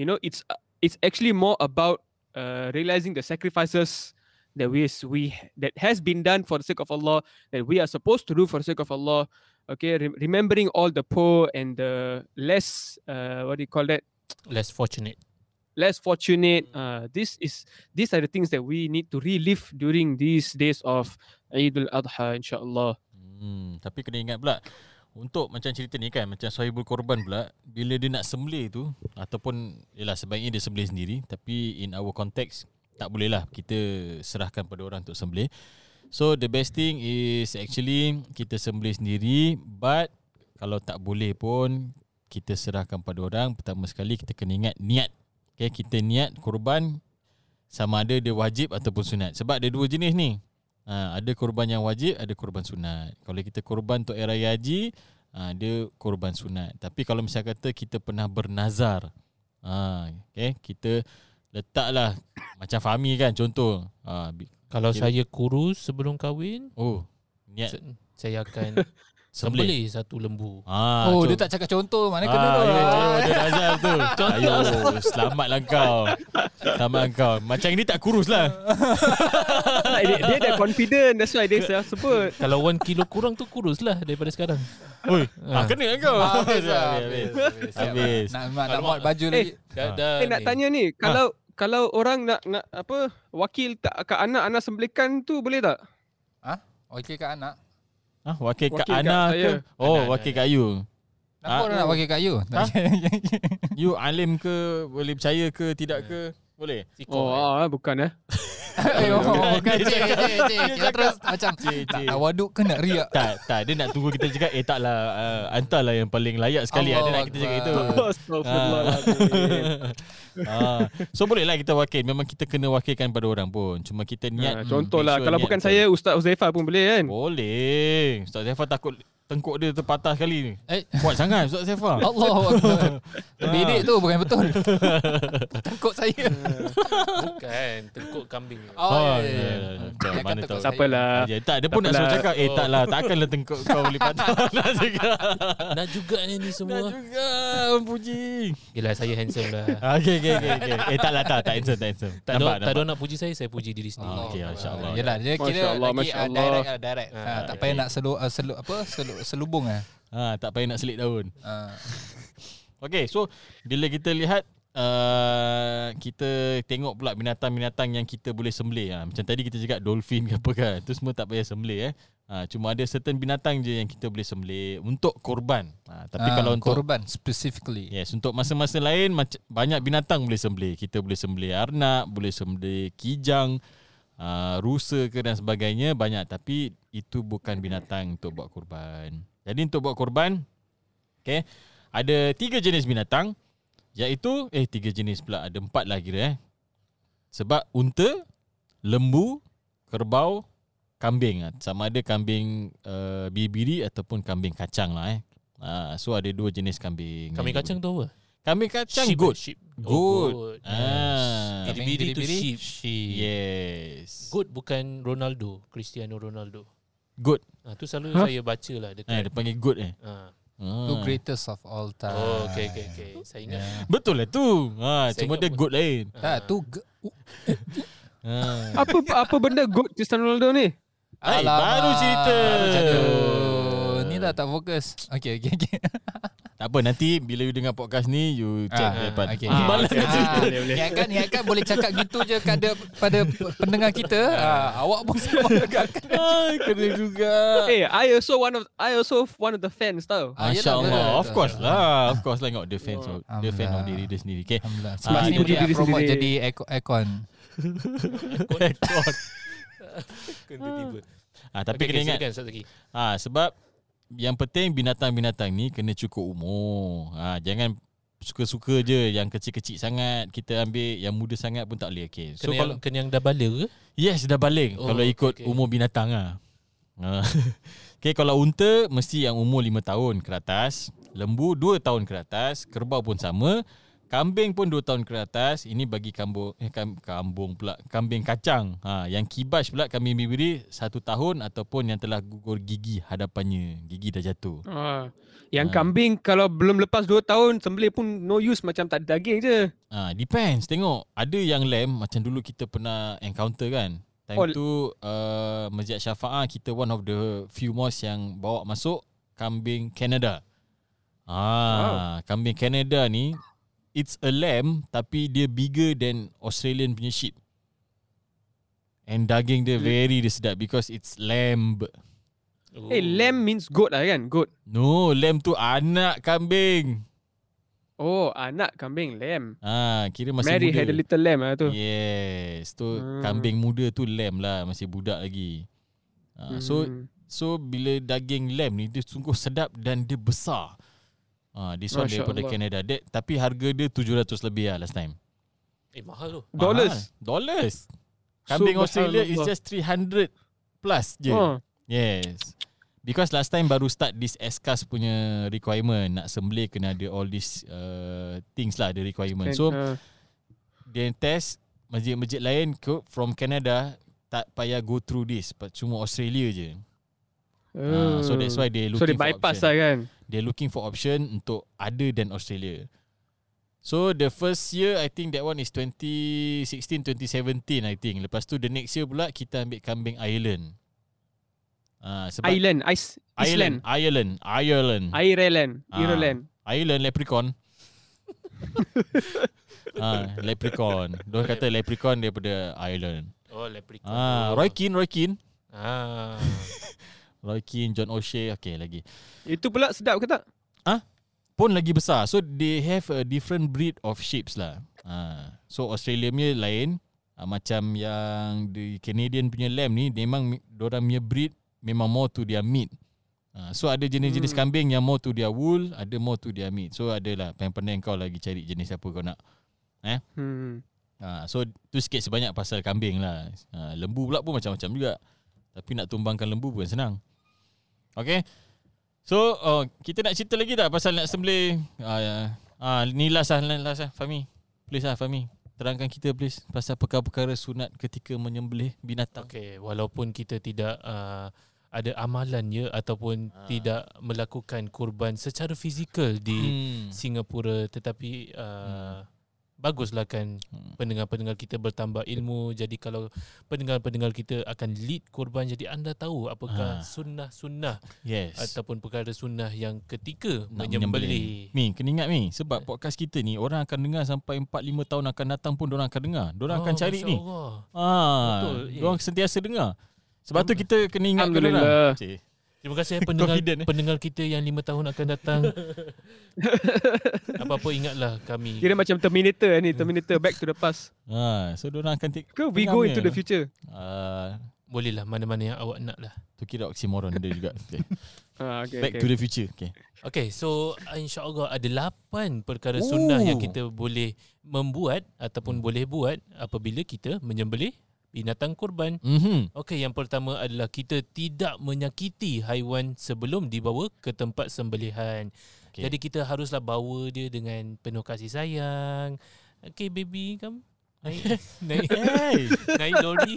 S2: You know, it's uh, it's actually more about uh, realizing the sacrifices that we is- we that has been done for the sake of Allah that we are supposed to do for the sake of Allah okay re- remembering all the poor and the less uh, what do you call that
S1: *laughs* Less fortunate.
S2: less fortunate uh, this is these are the things that we need to relive during these days of Eid al-Adha insyaallah
S3: Hmm, tapi kena ingat pula untuk macam cerita ni kan macam sahibul korban pula bila dia nak sembelih tu ataupun yalah sebaiknya dia sembelih sendiri tapi in our context tak boleh lah kita serahkan pada orang untuk sembelih. So the best thing is actually kita sembelih sendiri but kalau tak boleh pun kita serahkan pada orang pertama sekali kita kena ingat niat. Okay, kita niat korban sama ada dia wajib ataupun sunat sebab ada dua jenis ni. Ha, ada korban yang wajib, ada korban sunat. Kalau kita korban untuk air raya haji, ha, dia korban sunat. Tapi kalau misalnya kata kita pernah bernazar, ha, okay, kita letaklah *coughs* macam Fahmi kan contoh. Ha, bi-
S1: Kalau
S3: Kira-
S1: saya kurus sebelum kahwin,
S3: oh, niat
S1: se- saya akan
S3: sembelih.
S1: Ya. *laughs* sembelih satu lembu.
S3: Ha,
S4: Oh
S3: con-
S4: dia tak cakap contoh mana kena
S3: Ah,
S4: tu.
S3: dia- dia-
S4: Ah.
S3: dia nazar
S4: *laughs*
S3: tu. Ayo, selamatlah kau. Selamat kau. Macam ini tak kurus lah.
S2: dia, dia dah confident that's why dia saya sebut
S1: Kalau 1 kilo kurang tu kurus lah daripada sekarang.
S3: Oi,
S1: Ah.
S3: ah, kena lah kau.
S4: Habis lah, habis, habis. Siap
S3: Habis.
S4: Nak nak, nak buat baju lagi.
S1: Dah,
S3: Ah.
S1: dah
S2: eh nak
S1: ni.
S2: tanya ni kalau kalau orang nak nak apa wakil tak kat anak-anak sembelikan tu boleh tak
S4: Okey kat anak.
S3: Ah, wakil
S2: Wakil
S3: Kak
S2: Kak
S3: Ana
S2: saya.
S3: ke? Oh,
S1: Ana,
S3: wakil Kak Ayu.
S4: Kenapa
S3: Ah.
S4: orang nak bagi kat you? *laughs*
S3: Ha? You alim ke Boleh percaya ke Tidak
S2: Ya.
S3: ke Boleh
S1: Sikor.
S2: oh ah, bukan eh
S4: Eh, oh, bukan
S3: Dia
S4: cik,
S3: cakap-
S4: cik, cik. Kita terus macam
S3: Cik,
S4: tak
S3: cik.
S4: nak waduk ke nak riak?
S3: tak, tak. Dia nak tunggu kita cakap Eh tak lah uh, Hantarlah yang paling layak sekali lah. Dia nak kita cakap itu
S4: Allahuakbar.
S2: *laughs* Astaghfirullahaladzim.
S3: ah. So boleh lah kita wakil Memang kita kena wakilkan pada orang pun Cuma
S2: Ah,
S3: kita niat
S2: contoh
S3: make
S2: lah
S3: sure
S2: kalau
S3: niat Oh,
S2: bukan
S3: betul.
S2: saya Ustaz Uzaifa pun boleh kan
S3: Boleh Ustaz Zafar takut Tengkuk dia terpatah sekali ni
S4: Eh.
S3: Kuat sangat Ustaz Sefa
S1: Oh,
S4: Allah Akbar Bidik tu bukan
S3: *laughs*
S4: betul Tengkuk saya
S1: Bukan Tengkuk *laughs* kambing
S3: Oh,
S4: Oh,
S3: ya, ya, ya. Macam
S4: Dia akan
S3: mana
S4: tengkuk
S3: tahu.
S4: saya.
S2: Siapalah.
S3: Ah, dia, tak, dia pun nak
S2: Takpelah.
S3: suruh cakap Eh
S1: Oh.
S3: tak lah Takkanlah tengkuk kau boleh patah *laughs* Nak cakap
S1: Ah, Nak juga ni, ni
S3: Dah
S1: semua
S3: juga
S2: Ah,
S3: Puji
S1: Yelah saya handsome lah
S3: Okay, okay, okay, okay. Eh tak lah tak Tak handsome Tak handsome
S1: Tak
S3: Nampak,
S1: ada tak ada
S3: nampak.
S1: orang nak puji saya Saya puji diri sendiri
S3: Ah, okey, insyaAllah.
S4: Yalah dia
S2: Masya
S4: kira
S2: Allah,
S4: lagi
S2: Masya
S4: ah,
S2: Allah.
S4: direct ah, direct. Ah,
S1: Ah,
S4: tak payah nak selu, ah, selu apa selu, selubung ah.
S3: Ah, Tak payah nak selit daun
S4: Ah.
S3: Okay so Bila kita lihat uh, Kita tengok pula Binatang-binatang yang kita boleh sembelih ha. Macam tadi kita cakap Dolphin ke apa kan Itu semua tak payah sembelih eh ha, Cuma ada certain binatang je Yang kita boleh sembelih Untuk korban ha, Tapi
S4: Ah,
S3: kalau untuk
S4: korban specifically.
S3: Yes, untuk masa-masa lain mac- banyak binatang boleh sembelih. Kita boleh sembelih arnab, boleh sembelih kijang, uh, rusa ke dan sebagainya banyak tapi itu bukan binatang untuk buat korban. Jadi untuk buat korban, okay, ada tiga jenis binatang iaitu eh tiga jenis pula ada empat lah kira eh. Sebab unta, lembu, kerbau, kambing ah. sama ada kambing uh, biri-biri ataupun kambing kacang lah eh. Ah, so ada dua jenis kambing.
S1: Kambing
S3: yang
S1: kacang tu apa?
S3: Kambing kacang
S1: Sheep,
S3: goat.
S1: Sheep Oh, goat.
S3: Goat. Ah.
S1: Kambing Biri-biri tu
S4: Biri-biri,
S1: sheep.
S4: sheep.
S3: Yes.
S1: Goat bukan Ronaldo Cristiano Ronaldo
S3: Goat.
S1: Ah tu selalu
S2: Huh?
S1: saya baca lah
S3: Eh, dia
S1: dekat
S3: panggil goat eh.
S1: ah.
S3: Ah.
S4: Tu greatest of all time.
S1: Oh okay okay okay Ya. Saya *laughs* ingat
S4: Yeah.
S3: Betul lah tu. Ha,
S1: Saya ingat
S3: cuma dia
S1: pun.
S3: goat lain.
S1: Ah.
S4: Tak tu ge- u-
S3: Ha.
S2: apa apa benda goat Cristiano Ronaldo ni?
S3: Hai, baru cerita.
S4: Baru cerita. Ni dah tak fokus. Okey okey okey.
S3: Tak apa nanti bila you dengar podcast ni you check
S4: Ah,
S3: ah, depan.
S4: okay.
S3: Ah,
S4: Malas
S2: okay,
S4: nak
S2: okay,
S4: cerita.
S2: boleh, boleh.
S4: Niatkan niatkan boleh cakap gitu je pada pada pendengar kita. Ah, awak pun sama juga.
S3: ah, kena juga.
S2: Eh, I also one of I also one of the fans tau.
S4: Ah,
S3: Masya-Allah.
S4: yelah, betul,
S3: Of
S4: betul.
S3: course lah. Of course lah tengok the fans of the fan of
S4: Alhamdulillah.
S3: diri dia sendiri. Okay.
S4: Alhamdulillah. Sebab
S3: Ah,
S4: ni
S3: itu
S4: boleh
S2: diri
S4: promote
S2: sendiri.
S4: jadi aircon- aircon.
S1: *laughs*
S3: Ekor.
S1: tiba-tiba
S3: ah, tapi kena ingat
S1: silakan, satu lagi
S3: Ha, sebab yang penting binatang-binatang ni kena cukup umur. Ha, jangan suka-suka je yang kecil-kecil sangat kita ambil yang muda sangat pun tak boleh.
S1: Kena,
S3: Okay. So
S1: yang,
S3: kalau
S1: kena yang dah bala ke?
S3: yes dah balik oh,
S1: Oh,
S3: kalau ikut okay.
S1: okay.
S3: umur binatang ah. Ha. *laughs* okay, kalau unta mesti yang umur 5 tahun ke atas, lembu 2 tahun ke atas, kerbau pun sama, kambing pun 2 tahun ke atas. Ini bagi kambung eh kam, kambung pula, kambing kacang. Ha, yang kibas pula kambing bibiri 1 tahun ataupun yang telah gugur gigi hadapannya, gigi dah jatuh.
S2: Ah. Yang
S3: Ah.
S2: kambing kalau belum lepas 2 tahun sembelih pun no use macam tak ada daging je.
S3: Ah, depends. Tengok ada yang lamb macam dulu kita pernah encounter kan. Time
S2: Oh.
S3: oh. tu uh, Masjid Syafa'ah kita one of the few mosque yang bawa masuk kambing Canada. Ah, wow. kambing Canada ni it's a lamb tapi dia bigger than Australian punya sheep. And daging dia very dia sedap because it's lamb.
S1: Oh.
S2: Eh, lamb means goat lah kan? Goat.
S3: No, lamb tu anak kambing.
S2: Oh, anak kambing lamb.
S3: Ah, kira masih
S2: Mary
S3: muda.
S2: had a little lamb lah tu.
S3: Yes, tu
S2: Hmm.
S3: kambing muda tu lamb lah, masih budak lagi. Ha, so
S2: Hmm.
S3: so bila daging lamb ni dia sungguh sedap dan dia besar. Ha, this one
S2: Masya
S3: daripada
S2: Allah.
S3: Canada. That, tapi harga dia 700 lebih lah last time.
S1: Eh mahal tu
S2: dollars.
S3: Mahal. dollars. Kambing Australia is just 300 plus je.
S2: yeah. Oh.
S3: Yes. Because last time baru start this SCAS punya requirement nak sembelih kena ada all these uh, things lah the requirement. So
S2: uh,
S3: dia test masjid-masjid lain ke from Canada tak payah go through this but cuma Australia je. Uh, so that's why they
S2: Hmm. so they
S3: looking for
S2: oh. bypass
S3: option.
S2: lah kan.
S3: They looking for option untuk other than Australia. So the first year I think that one is 2016 2017 I think. Lepas tu the next year pula kita ambil kambing Ireland. Ah uh, sebab
S2: Island, ice, Iceland,
S3: Ireland, Ireland, Ireland,
S2: Ireland,
S3: Hmm. Ah.
S2: Ireland.
S3: Ireland leprechaun. *laughs* ah, leprechaun. Dia kata leprechaun daripada Ireland.
S1: Oh leprechaun
S3: Ah, Roy Keane, Roy Keane.
S1: ah. *laughs*
S3: Roy Keane, John O'Shea, okay lagi.
S2: Itu pula sedap ke tak?
S3: Pun lagi besar. So they have a different breed of sheeps lah. Ah, so Australia punya lain. Ah, macam yang the Canadian punya lamb ni memang dorang punya breed memang more to their meat. Ah, so ada jenis-jenis
S2: Hmm.
S3: kambing yang more to their wool, ada more to their meat. So adalah pandai-pandai kau lagi cari jenis apa kau nak.
S2: Hmm.
S3: Ah, so tu sikit sebanyak pasal kambing lah. Ah, lembu pula pun macam-macam juga. Tapi nak tumbangkan lembu bukan senang. Okay. So oh, kita nak cerita lagi tak pasal nak sembelih? Ah, ya. ah ni last lah, last lah. Fahmi. Please lah Fahmi. Terangkan kita please pasal perkara-perkara sunat ketika menyembelih binatang.
S1: Okey,
S3: Okay.
S1: walaupun kita tidak uh, ada amalannya ataupun
S3: Ah.
S1: tidak melakukan kurban secara fizikal di
S3: Hmm.
S1: Singapura tetapi uh, baguslah kan
S3: Hmm.
S1: pendengar-pendengar kita bertambah ilmu jadi kalau pendengar-pendengar kita akan lead kurban jadi anda tahu apakah
S3: Ah.
S1: sunnah-sunnah
S3: Yes.
S1: ataupun perkara sunnah yang ketika
S3: Nak
S1: menyembelih.
S3: Mi, kena ingat Mi sebab podcast kita ni orang akan dengar sampai 4 5 tahun akan datang pun orang akan dengar.
S1: Oh,
S3: Orang akan cari ni.
S1: Allah.
S3: Ah,
S1: Betul, eh.
S3: orang sentiasa dengar. Sebab tu kita kena ingat
S2: Alhamdulillah.
S3: orang. Cik.
S1: Terima kasih
S3: *laughs*
S1: pendengar
S3: Confident, eh.
S1: pendengar kita yang lima tahun akan
S3: *laughs*
S1: datang. Apa-apa ingatlah kami.
S2: Kira macam Terminator ni, Terminator Back to the Past.
S3: Ah, so orang akan take,
S2: Ke we
S3: Tengah
S2: go
S3: punya.
S2: into the future?
S3: ah,
S1: Bolehlah mana-mana yang awak nak lah.
S3: tu kira oxymoron dia
S2: *laughs*
S3: juga. Okay.
S2: Ah, okay,
S3: Back
S2: okay.
S3: to the future. Okay.
S1: Okay, so uh, insyaAllah ada lapan perkara
S3: Ooh.
S1: sunnah yang kita boleh membuat ataupun boleh buat apabila kita menyembelih binatang kurban.
S3: Mhm.
S1: Okey, yang pertama adalah kita tidak menyakiti haiwan sebelum dibawa ke tempat sembelihan.
S3: Okey.
S1: Jadi kita haruslah bawa dia dengan penuh kasih sayang. Okey baby, kamu naik
S3: *laughs*
S1: naik
S3: Hey.
S1: naik lori.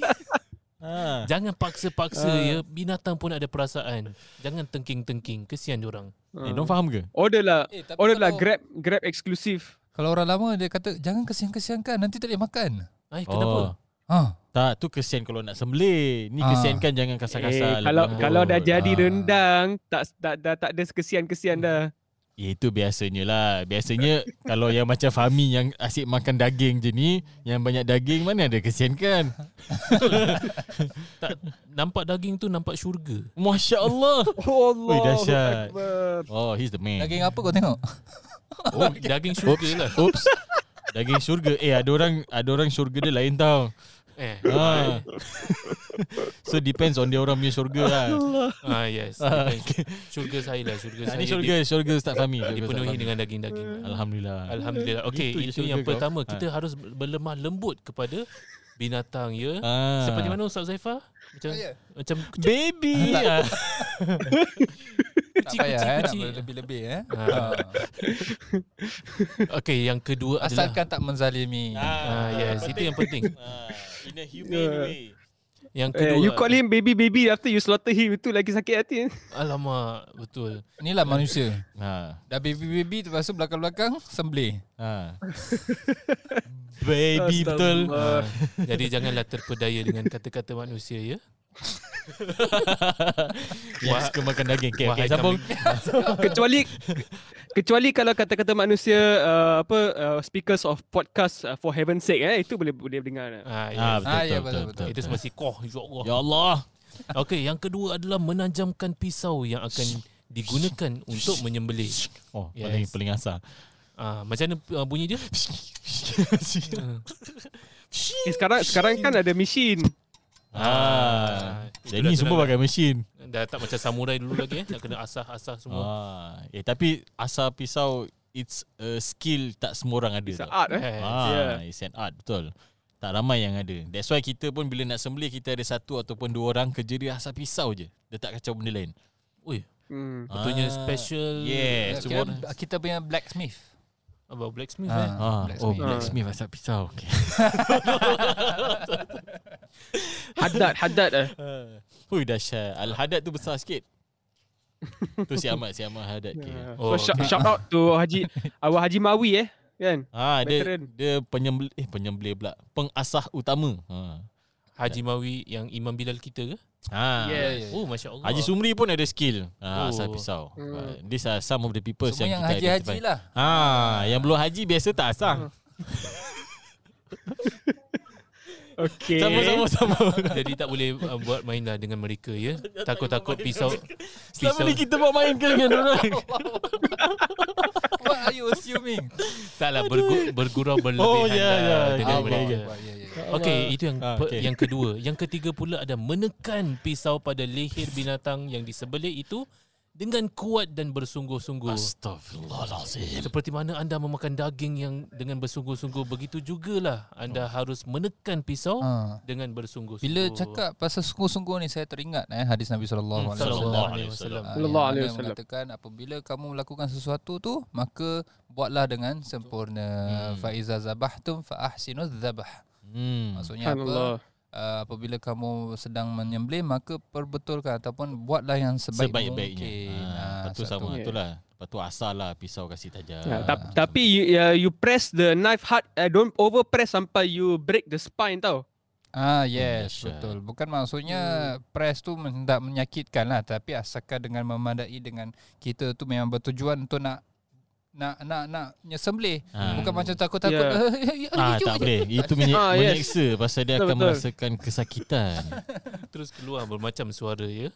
S3: ah.
S1: Jangan paksa-paksa ya. Binatang pun ada perasaan. Jangan tengking-tengking. Kesian diorang.
S2: Ah.
S3: Eh, don't faham ke?
S2: Order lah.
S4: Eh, tapi
S2: Order lah
S4: kalau-
S2: Grab Grab eksklusif.
S4: Kalau orang lama dia kata jangan kesian-kesiankan nanti tak boleh makan.
S1: Ai, Eh,
S3: Oh.
S1: kenapa?
S4: Ha.
S3: Tak, tu kesian kalau nak sembelih. Ni
S4: Ah.
S3: kesian kan jangan kasar-kasar. lah.
S2: Eh, kalau
S1: lembut.
S2: kalau dah jadi
S4: Ah.
S2: rendang, tak tak dah tak ada kesian-kesian dah.
S3: Ya, itu biasanya lah. Biasanya kalau yang macam Fahmi yang asyik makan daging je ni, yang banyak daging mana ada kesian kan?
S1: Nampak daging tu nampak syurga.
S3: Masya Allah.
S2: Oh Allah.
S3: dahsyat. Oh, he's the man.
S4: Daging apa kau tengok?
S1: Oh, daging syurga lah.
S3: Oops. *laughs* Daging syurga. Eh, ada orang ada orang syurga dia lain tau.
S1: Eh.
S3: Ha. so depends on dia orang punya syurga lah.
S1: Ah yes. Daging Syurga saya lah. Syurga
S3: Nah,
S1: saya
S3: ni Ah, syurga, syurga Ustaz
S1: dip-
S3: Fahmi. syurga Ustaz
S1: dipenuhi
S3: Fahmi.
S1: dengan daging-daging.
S3: Alhamdulillah.
S1: Alhamdulillah. Okey,
S3: Gitu Ah. je
S1: itu
S3: syurga
S1: yang
S3: kau. Ah.
S1: pertama. Kita harus berlemah lembut kepada binatang ya.
S3: Ah.
S1: Seperti mana Ustaz Zaifah? Macam macam
S3: Baby.
S1: Ah,
S4: Tak payah eh, nak
S1: kecil.
S4: lebih-lebih eh.
S1: Ah. Okey, yang kedua adalah
S4: Asalkan tak menzalimi.
S1: Ah yes, itu yang penting.
S3: Ah, in a humane way.
S1: Yang kedua
S2: Eh, you call him baby baby after you slaughter him itu lagi sakit hati.
S1: Alamak, betul.
S4: Inilah manusia.
S3: Ha.
S4: Dah baby-baby lepas tu belakang-belakang sembelih.
S3: Ha. Baby betul.
S2: Astagfirullah.
S1: Ah, Jadi janganlah terpedaya dengan kata-kata manusia ya.
S3: *laughs* Yang suka makan daging. Okay, okay
S1: Wahai
S3: sambung.
S2: kecuali kecuali kalau kata-kata manusia uh, apa uh, speakers of podcast uh, for heaven sake eh itu boleh boleh dengar. lah.
S1: Ah, yes.
S3: Ah, betul,
S4: Ah, ya,
S3: betul,
S4: betul,
S3: betul,
S4: betul.
S3: betul,
S1: Itu
S3: betul.
S1: masih koh, ya Allah.
S3: Ya Allah.
S1: Okey, yang kedua adalah menajamkan pisau yang akan digunakan untuk menyembelih.
S3: Oh,
S1: Yes.
S3: paling paling asal.
S1: *laughs* Ah, macam mana uh, bunyi dia?
S2: Eh, sekarang sekarang kan ada mesin.
S3: ah.
S1: Itu
S3: Jadi
S1: dah
S3: semua
S1: kena-
S3: pakai mesin.
S1: Dah tak macam samurai dulu lagi eh. Nak kena asah-asah semua.
S3: Ah, eh tapi asal pisau it's a skill tak semua orang ada.
S2: It's
S3: tau.
S2: art eh.
S1: Eh,
S3: Ah,
S2: Yeah.
S3: it's an art betul. Tak ramai yang ada. That's why kita pun bila nak sembelih kita ada satu ataupun dua orang kerja dia asal pisau je. Dia tak kacau benda lain.
S2: Hmm.
S1: Betulnya
S3: Ah,
S1: special eh, kan?
S3: Yes,
S4: Kira
S3: semua orang.
S4: kita punya blacksmith.
S1: about blacksmith eh.
S4: Ah,
S3: Ah, oh,
S4: blacksmith.
S3: blacksmith asal pisau. *laughs* Okay.
S2: Haddad haddad eh.
S3: Hui dahsyat. Al-Hadad tu besar sikit. tu si Ahmad, si Ahmad Hadad.
S2: *laughs*
S3: Okay.
S2: So
S1: Oh,
S2: shout,
S1: okay.
S2: shout out to Haji Awal Haji Mawi eh kan.
S3: Ah, dia,
S2: Veteran.
S3: dia penyembelih, eh penyembelih pula. Pengasah utama. Ha.
S1: Haji Mawi yang Imam Bilal kita ke?
S3: Ah.
S2: Yeah.
S1: Oh, masya-Allah.
S3: Haji Sumri pun ada skill ah,
S1: Oh.
S3: asal pisau.
S2: Hmm.
S3: Ah, These are some of the people
S4: Semua yang
S3: kita
S4: haji-haji
S3: *laughs* identify.
S4: lah.
S3: Ah, yang belum haji biasa tak asah.
S2: Hmm. Okay.
S3: Sama *laughs* sama sama.
S1: Jadi tak boleh uh, buat main lah dengan mereka
S3: *laughs*
S1: ya. Takut-takut pisau
S3: Selama
S1: pisau
S3: ni kita buat main ke dengan
S2: *laughs*
S3: orang.
S4: What are you assuming?
S1: taklah lah, bergu, bergurau berlebihan
S3: Oh, ya,
S1: lah
S3: ya.
S1: dengan
S3: Okay,
S1: mereka.
S3: okay.
S4: Wah, ya, ya, ya.
S1: Okey, itu yang
S3: Ah,
S1: pe-
S3: okey.
S1: yang kedua. Yang ketiga pula ada menekan pisau pada leher binatang yang disembelih itu dengan kuat dan bersungguh-sungguh.
S3: Astaghfirullahalazim.
S1: Seperti mana anda memakan daging yang dengan bersungguh-sungguh, begitu jugalah
S3: Oh.
S1: anda harus menekan pisau
S3: Ah.
S4: Ha.
S1: dengan bersungguh-sungguh.
S4: Bila cakap pasal sungguh-sungguh ni saya teringat eh hadis Nabi
S3: Hmm,
S4: sallallahu alaihi
S1: sallallahu
S4: wasallam.
S1: alaihi wasallam.
S4: Ah,
S2: Sallallahu
S4: yang
S2: alaihi
S4: mana
S2: wasallam.
S4: mengatakan apabila kamu melakukan sesuatu tu maka buatlah dengan sempurna
S3: Hmm.
S4: hmm. fa iza zabahtum fa ahsinu dzabh
S3: Hmm.
S4: maksudnya apa
S2: Subhanallah.
S4: uh, apabila kamu sedang menyembelih maka perbetulkan ataupun buatlah yang sebaik
S3: Sebaik-baiknya.
S4: mungkin
S3: Ha,
S4: Ah,
S3: lepas tu
S4: satu.
S3: sama
S2: Ya.
S3: itulah. Lepas tu asal lah pisau kasih tajam.
S2: Ya, tap- tapi you, uh, you press the knife hard. Uh, don't over press sampai you break the spine tau.
S3: Hmm,
S4: Ah yes
S3: Dahsyat.
S4: betul. Bukan maksudnya
S3: Hmm.
S4: press tu men- tak menyakitkan lah tapi asalkan dengan memadai dengan kita tu memang bertujuan untuk nak nak nak nak nyesembelih.
S3: Ah.
S4: Bukan macam takut-takut.
S2: Ya.
S4: "Eh, Yeah.
S3: Ah, tak
S4: *laughs*
S3: boleh. Itu menye-
S2: Ah, yes.
S3: menyeksa pasal dia
S2: Betul,
S3: akan
S2: betul.
S3: merasakan
S2: *laughs*
S3: kesakitan.
S1: Terus keluar bermacam suara
S3: *laughs*
S1: ya.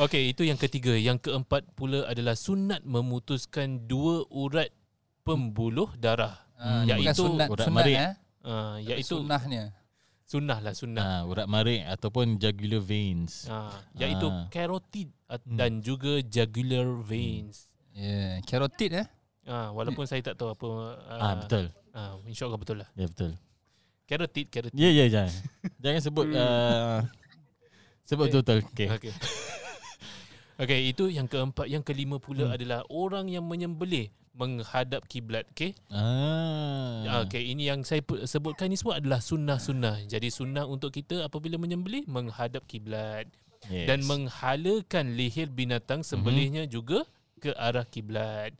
S1: Okey, itu yang ketiga. Yang keempat pula adalah sunat memutuskan dua urat pembuluh darah.
S4: Ah,
S3: Hmm,
S1: Iaitu
S4: bukan sunat
S3: urat
S4: sunat
S3: marik.
S4: eh.
S1: Uh,
S4: Iaitu
S1: iaitu
S4: sunnahnya.
S1: sunnah lah sunnah.
S3: ha, urat marik ataupun jugular veins.
S1: Uh, iaitu
S3: Ah. Hmm.
S1: carotid at- dan juga jugular veins.
S4: Yeah, carotid eh.
S1: Ah, walaupun saya tak tahu apa
S3: Ah,
S1: uh,
S3: betul.
S1: Ah, InsyaAllah betul lah
S3: Ya betul.
S1: Carotid Carotid
S3: Ya ya jangan. jangan sebut
S1: Hmm.
S3: uh,
S1: Eh.
S3: sebut betul-betul. Okey.
S1: *laughs* Okay. okay, itu yang keempat. Yang kelima pula hmm. adalah orang yang menyembelih menghadap kiblat. Okay?
S3: Ah.
S1: Hmm. Okay, ini yang saya pu- sebutkan ni semua adalah sunnah-sunnah. Jadi sunnah untuk kita apabila menyembelih menghadap kiblat.
S3: Yes.
S1: Dan menghalakan leher binatang sembelihnya hmm. juga ke arah kiblat.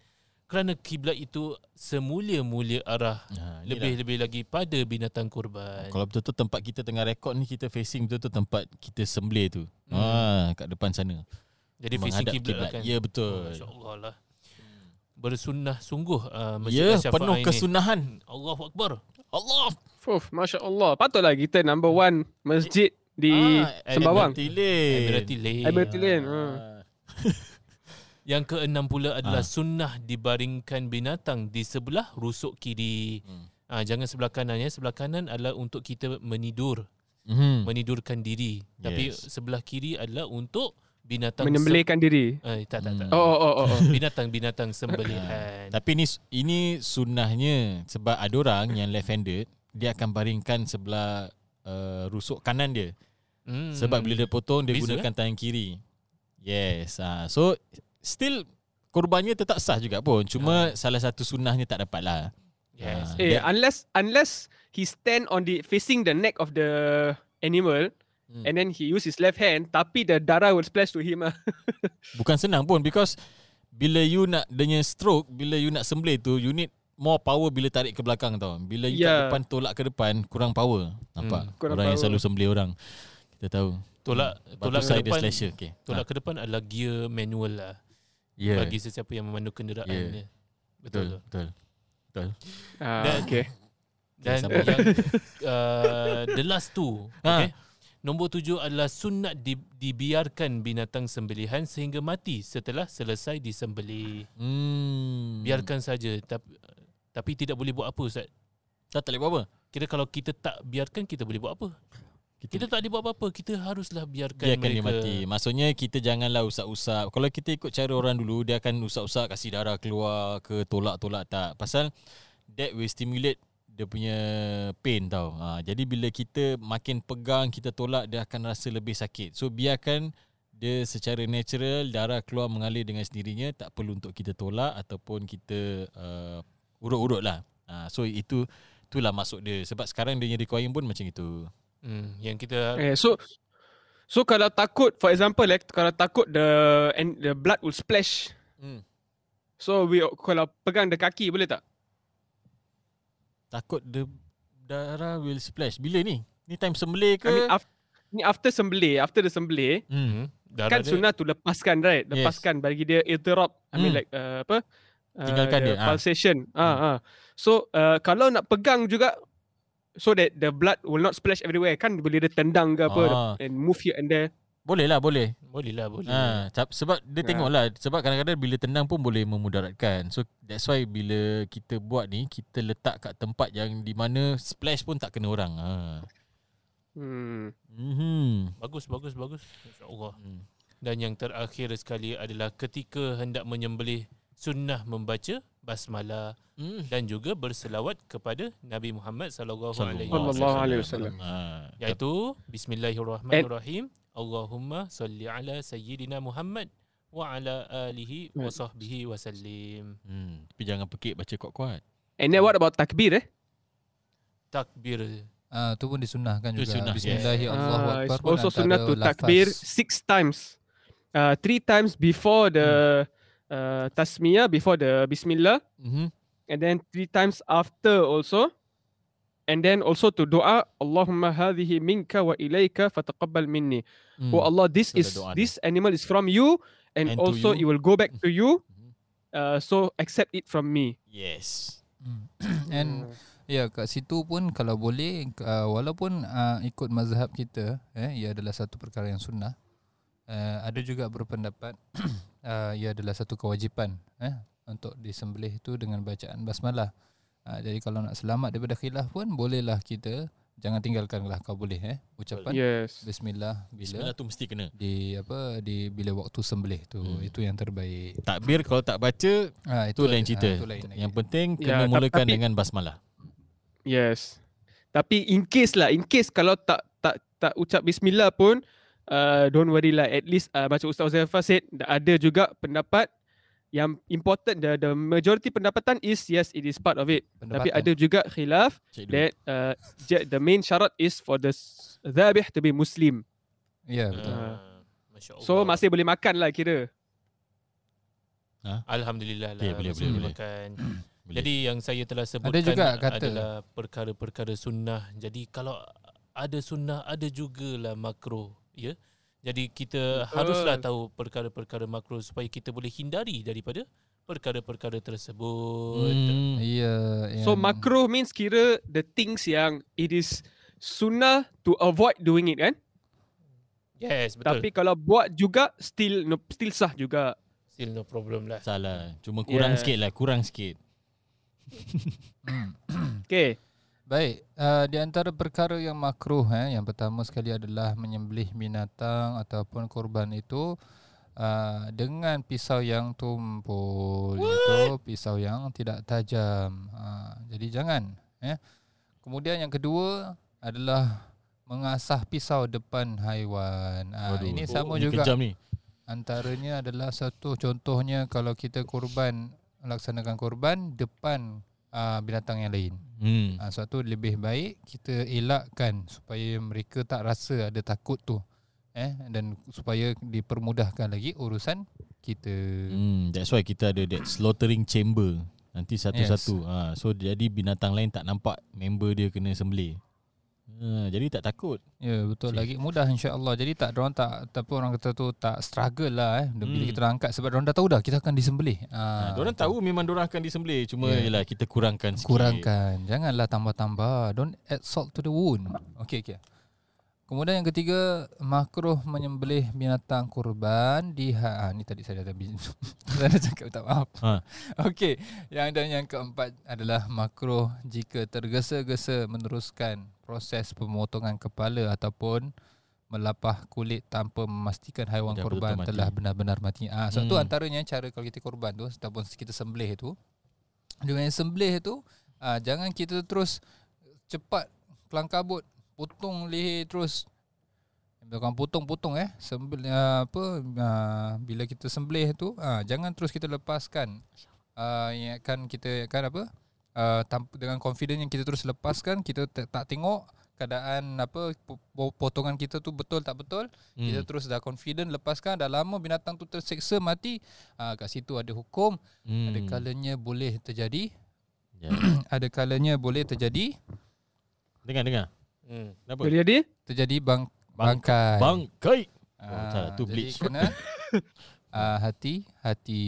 S1: Kerana kiblat itu semulia-mulia arah.
S3: ha, inilah.
S1: Lebih-lebih lagi pada binatang kurban.
S3: Kalau betul-betul tempat kita tengah rekod ni kita facing betul-betul tempat kita sembelih tu. Hmm. Ha kat depan sana.
S1: Jadi facing
S3: Menghadap
S1: kiblat, kiblat. kan.
S3: Ya betul.
S1: InsyaAllah lah. Bersunnah sungguh uh,
S3: ya
S1: Masjid yeah,
S3: penuh
S1: Al-Syafa'i ni.
S3: kesunahan.
S1: Allahu Akbar.
S3: Allah.
S2: Fuh, Masya Allah. Patutlah kita number one masjid di
S3: Ah,
S2: Sembawang.
S3: Admiralty Ah, Lane.
S1: Admiralty Lane.
S2: Admiralty Lane. Ha.
S1: Yang keenam pula adalah
S3: Ah.
S1: sunnah dibaringkan binatang di sebelah rusuk kiri.
S3: Hmm.
S1: Ah, jangan sebelah kanan ya. Sebelah kanan adalah untuk kita menidur,
S3: Mhm.
S1: menidurkan diri. Tapi
S3: Yes.
S1: sebelah kiri adalah untuk binatang
S2: Menyembelihkan diri.
S1: Se- eh, tak tak tak.
S2: Oh, oh,
S3: Hmm.
S2: oh,
S3: *laughs*
S2: oh, oh.
S1: Binatang-binatang sembelihan.
S3: Tapi ni ini sunnahnya sebab ada orang yang left handed dia akan baringkan sebelah uh, rusuk kanan dia.
S1: Hmm. eh?
S3: Sebab bila dia potong dia
S1: Beza,
S3: gunakan tangan kiri. Yes. Ha. So still korbannya tetap sah juga pun.
S1: Ah.
S3: Cuma salah satu sunnahnya tak dapat lah.
S1: yes.
S3: Ah.
S2: Eh,
S3: That-
S2: unless unless he stand on the facing the neck of the animal
S3: Hmm.
S2: and then he use his left hand, tapi the darah will splash to him ah.
S3: Bukan senang pun because bila you nak dengan stroke, bila you nak sembelih tu you need more power bila tarik ke belakang tau. Bila you
S2: Yeah.
S3: yeah. kat depan tolak ke depan kurang power. Nampak?
S1: Hmm.
S2: Ya. Kurang
S3: orang yang
S2: power.
S3: selalu sembelih orang. Kita tahu.
S1: Tolak
S3: Tolak
S1: tolak ke
S3: saya dia
S1: depan.
S3: slasher. Okay. Ah.
S1: Tolak ke depan adalah gear manual lah.
S3: yeah.
S1: bagi sesiapa yang memandu kenderaan
S3: Ya.
S1: yeah. betul,
S3: betul.
S1: betul.
S3: Betul.
S2: Ah,
S1: That-
S2: okay.
S1: dan
S3: sama.
S1: yang *laughs* uh, the last two
S3: Ha.
S1: okay nombor tujuh adalah sunat di, dibiarkan binatang sembelihan sehingga mati setelah selesai disembelih
S3: Hmm.
S1: biarkan saja tapi tapi tidak boleh buat apa ustaz
S3: tak tak boleh buat apa.
S1: kira kalau kita tak biarkan kita boleh buat apa kita tak boleh buat apa-apa kita haruslah biarkan,
S3: Dia akan
S1: mereka
S3: dia mati. Maksudnya kita janganlah usap-usap. Kalau kita ikut cara orang dulu, dia akan usap-usap kasih darah keluar ke tolak-tolak tak. Pasal that will stimulate dia punya pain tau. Ha, jadi bila kita makin pegang, kita tolak, dia akan rasa lebih sakit. So biarkan dia secara natural darah keluar mengalir dengan sendirinya tak perlu untuk kita tolak ataupun kita uh, urut-urut lah. Ha, so itu itulah maksud dia sebab sekarang dia punya requirement pun macam itu.
S1: hmm, yang kita
S2: Eh, so so kalau takut, for example, like, kalau takut the and the blood will splash.
S3: Hmm.
S2: So we kalau pegang the kaki boleh tak?
S3: Takut the darah will splash. Bila ni? Ni time sembelih ke?
S2: I mean after, ni after sembelih, after the sembelih,
S3: hmm.
S1: hmm, darah
S2: kan
S1: dia-
S2: sunnah tu lepaskan right
S3: Yes.
S2: lepaskan bagi dia interrupt I mean
S3: Hmm.
S2: like uh, apa uh,
S3: Tinggalkan
S2: the
S3: dia, ah.
S2: pulsation ah ah so uh, kalau nak pegang juga so that the blood will not splash everywhere kan bila dia tendang ke apa
S3: Ah.
S2: and move here and there
S3: Boleh lah, boleh.
S1: boleh lah boleh
S3: Ha, cap- sebab dia
S2: Ha.
S3: tengok lah. Sebab kadang-kadang bila tendang pun boleh memudaratkan. So that's why bila kita buat ni, kita letak kat tempat yang di mana splash pun tak kena orang. Ha.
S2: hmm
S3: Mm-hmm. Mhm.
S1: bagus bagus bagus insyaallah Dan yang terakhir sekali adalah ketika hendak menyembelih sunnah membaca basmalah
S3: Hmm.
S1: dan juga berselawat kepada Nabi Muhammad sallallahu alaihi
S2: Sallallahu
S1: wasallam.
S2: alaihi wasallam.
S3: Ha.
S2: Ya,
S1: Iaitu bismillahirrahmanirrahim. Allahumma salli ala sayyidina Muhammad wa ala alihi wa sahbihi wasallim.
S3: Hmm. Tapi jangan pekik baca kuat-kuat.
S2: And then what about takbir eh?
S1: Takbir.
S4: Ah, tu pun disunahkan
S3: Itu
S4: juga.
S3: sunnah, yes.
S4: Bismillahi
S2: Ah,
S4: Allahu Akbar.
S2: it's
S4: pun
S2: also
S4: antara
S2: sunnah to
S4: lafaz.
S2: takbir six times. Uh, three times before the uh, tasmiyah, before the bismillah,
S3: Mm-hmm.
S2: and then three times after also. And then also to doa, Allahumma hadhihi minka wa ilayka fataqabbal minni.
S3: Mm.
S2: Oh Allah, this
S3: Itu dah
S2: is
S3: doa dia.
S2: this animal is from you and,
S3: And to
S2: also
S3: you.
S2: it will go back to you.
S3: Mhm.
S2: Uh, so accept it from me.
S3: Yes.
S4: Hmm. And Ya kat situ pun kalau boleh uh, walaupun uh, ikut mazhab kita eh ia adalah satu perkara yang sunnah. Uh, ada juga berpendapat *clears throat* uh, ia adalah satu kewajipan eh untuk disembelih itu dengan bacaan basmalah. Uh, jadi kalau nak selamat daripada khilaf pun bolehlah kita jangan tinggalkanlah kalau boleh eh ucapan
S2: Yes.
S4: bismillah
S3: Ya.
S4: bila
S3: Bismillah tu mesti kena.
S4: di apa di bila waktu sembelih tu
S3: Hmm.
S4: itu yang terbaik.
S3: Takbir kalau tak baca
S4: Ah
S3: itu lain cerita.
S4: itu lain lagi.
S3: Yang penting
S2: Ya,
S3: kena
S2: tap-
S3: mulakan
S2: tapi-
S3: dengan basmalah.
S2: Yes. Tapi in case lah, in case kalau tak tak tak ucap bismillah pun uh, don't worry lah. At least uh, macam Ustaz Uzaifah said, dah ada juga pendapat yang important the, the majority pendapatan is yes it is part of it. Tapi
S4: Pendapatan.
S2: ada juga khilaf
S3: Cik dulu.
S2: that uh, ja- the main syarat is for the s- dhabih to be muslim.
S4: Ya betul.
S1: Ah,
S2: Ah.
S1: Masya Allah.
S2: So masih boleh makan lah kira.
S1: Alhamdulillah lah.
S3: Boleh, boleh,
S1: masih
S4: boleh,
S1: boleh
S3: boleh.
S1: makan.
S3: Boleh.
S1: Jadi yang saya telah sebutkan
S4: juga kata.
S1: adalah perkara-perkara sunnah. Jadi kalau ada sunnah ada jugalah makruh, ya. Jadi kita
S2: Betul.
S1: haruslah tahu perkara-perkara makruh supaya kita boleh hindari daripada perkara-perkara tersebut.
S3: Hmm.
S4: Ya.
S2: So
S4: yang-
S2: makruh means kira the things yang it is sunnah to avoid doing it kan.
S1: Yes, betul.
S2: Tapi kalau buat juga still no, still sah juga.
S1: Still no problem lah.
S3: Salah. Cuma kurang
S2: Ya.
S3: sikit lah. Kurang sikit.
S4: Hmm.
S2: Okay.
S4: Baik, uh, di antara perkara yang makruh eh, yang pertama sekali adalah menyembelih binatang ataupun korban itu uh, dengan pisau yang tumpul iaitu pisau yang tidak tajam. Uh, jadi jangan eh. Kemudian yang kedua adalah mengasah pisau depan haiwan. Uh,
S3: Waduh.
S4: ini
S3: Oh,
S4: sama
S3: ni
S4: juga
S3: Kejam ni.
S4: Antaranya adalah satu contohnya kalau kita korban melaksanakan korban depan uh, binatang yang lain.
S3: Hmm.
S4: Ha, sebab tu lebih baik kita elakkan supaya mereka tak rasa ada takut tu. Eh dan supaya dipermudahkan lagi urusan kita.
S3: Hmm, that's why kita ada that slaughtering chamber. Nanti satu-satu. Yes. Ha, so jadi binatang lain tak nampak member dia kena sembelih. Ha, jadi tak takut.
S4: Ya betul
S3: Cik.
S4: lagi mudah insya-Allah. Jadi tak orang tak tapi orang kata tu tak struggle lah eh bila
S3: Hmm.
S4: kita angkat sebab orang dah tahu dah kita akan disembelih.
S3: Ha,
S4: Ah.
S3: orang
S4: tu.
S3: tahu memang orang akan disembelih. Cuma yeah.
S4: Ya.
S3: yelah kita kurangkan sikit.
S4: Kurangkan. Janganlah tambah-tambah. Don't add salt to the wound. Okey okey. Kemudian yang ketiga, makruh menyembelih binatang kurban di ha, ah, ni tadi saya dah bin- *laughs* saya dah cakap tak maaf.
S3: Ha.
S4: Okey, yang dan yang keempat adalah makruh jika tergesa-gesa meneruskan proses pemotongan kepala ataupun melapah kulit tanpa memastikan haiwan
S3: Tidak
S4: korban
S3: betul-betul mati.
S4: telah benar-benar mati. Ah, sebab tu
S3: Hmm.
S4: antaranya cara kalau kita korban tu ataupun kita sembelih tu dengan sembelih tu ah, jangan kita terus cepat kelang kabut potong leher terus Bukan potong-potong eh sembel ah, apa ah, bila kita sembelih tu ah, jangan terus kita lepaskan uh, yang akan kita akan apa uh, tanpa, dengan confident yang kita terus lepaskan kita tak, tak tengok keadaan apa po- po- potongan kita tu betul tak betul hmm. kita
S3: Hmm.
S4: terus dah confident lepaskan dah lama binatang tu terseksa mati uh, kat situ ada hukum hmm.
S3: Hmm.
S4: ada kalanya boleh terjadi *clears throat*
S3: Ya.
S4: ada kalanya boleh terjadi
S3: Dengar dengar.
S1: Hmm.
S3: Kenapa?
S2: Jadi jadi
S4: terjadi bang
S3: Bang-
S4: bangkai
S3: Bangkai. Oh, salah.
S4: Ah,
S3: Tu
S4: jadi
S3: bleach. *laughs*
S4: kena ah, hati hati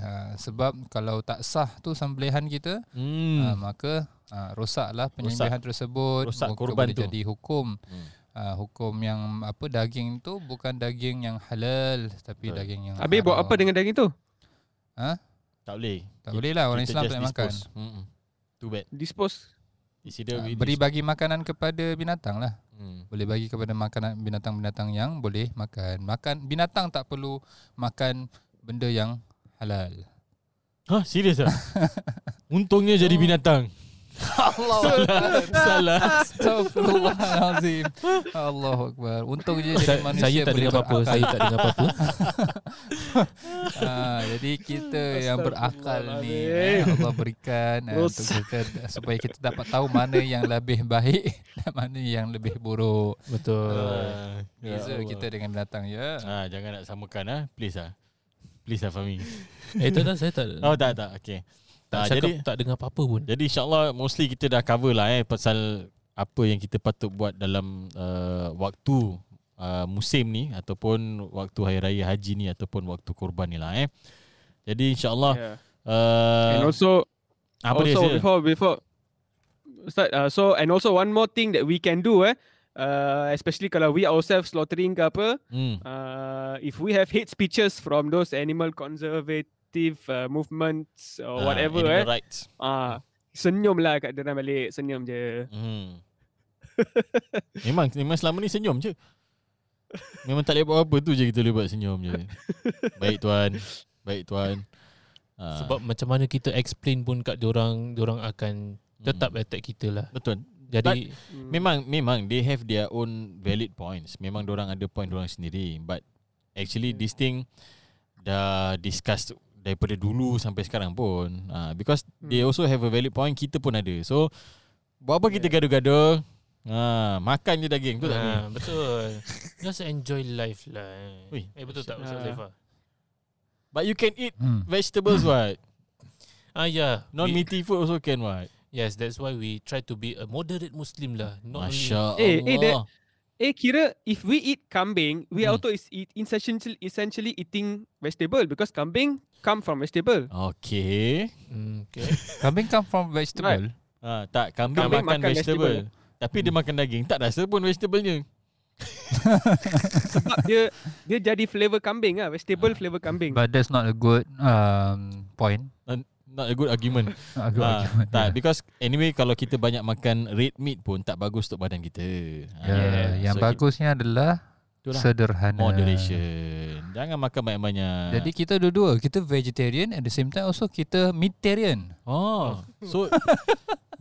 S4: Ah, sebab kalau tak sah tu sembelihan kita
S3: Hmm.
S4: uh, maka uh, rosaklah penyembahan tersebut
S3: Rosak
S4: Maka
S3: korban
S4: boleh
S3: tu.
S4: jadi hukum
S3: Hmm.
S4: uh, hukum yang apa daging tu bukan daging yang halal tapi
S3: Betul.
S4: daging yang
S2: Habis buat apa dengan daging tu?
S3: tak boleh.
S4: tak boleh lah orang Islam tak boleh makan
S3: Hmm. Too bad.
S2: Dispose.
S3: It's either
S4: Ah,
S3: we
S4: beri
S3: dis-
S4: bagi makanan kepada binatang lah
S3: Hmm. Hmm.
S4: Boleh bagi kepada makanan binatang-binatang yang boleh makan. Makan binatang tak perlu makan benda yang halal.
S3: Ha, serius
S2: *laughs*
S3: ah? Untungnya jadi
S2: Oh.
S3: binatang.
S4: *laughs* Allah
S3: Salah.
S4: Astagfirullahalazim. Allahu akbar. Untung je
S1: Sa-
S4: jadi manusia
S1: saya tak
S4: boleh
S1: dengar apa-apa.
S4: berakal.
S1: Saya tak dengar apa-apa.
S4: *laughs* Ah, jadi kita yang berakal ni eh,
S2: Astagfirullahalazim.
S4: Allah berikan ah, untuk
S2: Rosak.
S4: kita supaya kita dapat tahu mana yang lebih baik dan mana yang lebih buruk. *laughs*
S1: Betul.
S3: Ah, ya
S4: Beza
S3: Allah.
S4: kita dengan binatang ya.
S3: Ah, jangan nak samakan ah. Please ah. Please ah Fahmi.
S1: Eh tak tak saya
S4: *laughs*
S1: tak.
S3: Oh tak tak. Okay.
S1: tak
S3: Ah,
S1: cakap,
S3: jadi
S1: tak dengar apa-apa pun.
S3: jadi insyaallah mostly kita dah cover lah eh pasal apa yang kita patut buat dalam uh, waktu uh, musim ni ataupun waktu hari raya haji ni ataupun waktu korban ni lah eh. Jadi insyaallah
S2: Yeah.
S3: uh,
S2: And also
S3: Ah. apa dia
S2: also
S3: Syah?
S2: before before start, uh, so and also one more thing that we can do eh uh, especially kalau we ourselves slaughtering ke apa
S3: Hmm.
S2: uh, if we have hate speeches from those animal conservative uh, movements or
S3: Ah,
S2: whatever
S3: animal
S2: eh
S3: rights.
S2: ah senyum lah kat dalam balik senyum je
S3: Hmm. memang memang selama ni senyum je. Memang tak boleh buat apa tu je kita boleh buat senyum je. Baik tuan. Baik tuan. Ha.
S1: Sebab macam mana kita explain pun kat diorang, diorang akan
S4: Hmm.
S1: tetap attack kita lah.
S3: hmm. betul.
S1: Jadi
S2: Hmm.
S3: Memang memang they have their own valid points. Memang orang ada point orang sendiri but actually this thing dah discuss daripada dulu sampai sekarang pun uh, because they also have a valid point kita pun ada. So buat apa kita gaduh-gaduh? Ha, makan je daging tu tak ni.
S1: Ah, betul. Just enjoy life lah. eh.
S3: Ui,
S1: eh betul tak Ustaz
S2: Ustaz Ah.
S1: Saifah?
S3: But you can eat
S4: Hmm. *coughs*
S3: vegetables what?
S1: Ah ya.
S3: Non
S1: We-
S3: meaty food also can what?
S1: Yes, that's why we try to be a moderate Muslim lah. Not only-
S3: Masya Allah.
S2: Eh, eh, that- Eh kira if we eat kambing, we
S3: Hmm.
S2: also is eat essentially essentially eating vegetable because kambing come from vegetable.
S3: Okay.
S1: Mm, okay.
S4: Kambing come from vegetable.
S3: Ha, tak kambing,
S2: Kambing
S3: makan,
S2: makan
S3: vegetable.
S2: vegetable.
S3: Tapi dia makan daging, tak rasa pun vegetable-nya.
S2: Sebab dia dia jadi flavour kambing ah, vegetable flavour kambing.
S4: But that's not a good um, point.
S3: Not a good
S4: *coughs*
S3: argument.
S4: Not a good
S3: ha,
S4: argument.
S3: tak because anyway kalau kita banyak makan red meat pun tak bagus untuk badan kita. Ha,
S4: Ya,
S1: Yeah,
S4: yang
S3: so
S4: bagusnya adalah
S3: Itulah.
S4: sederhana.
S3: moderation. Ah. Jangan makan banyak-banyak.
S4: Jadi kita dua-dua, kita vegetarian at the same time also kita meatarian. *laughs*
S3: oh, so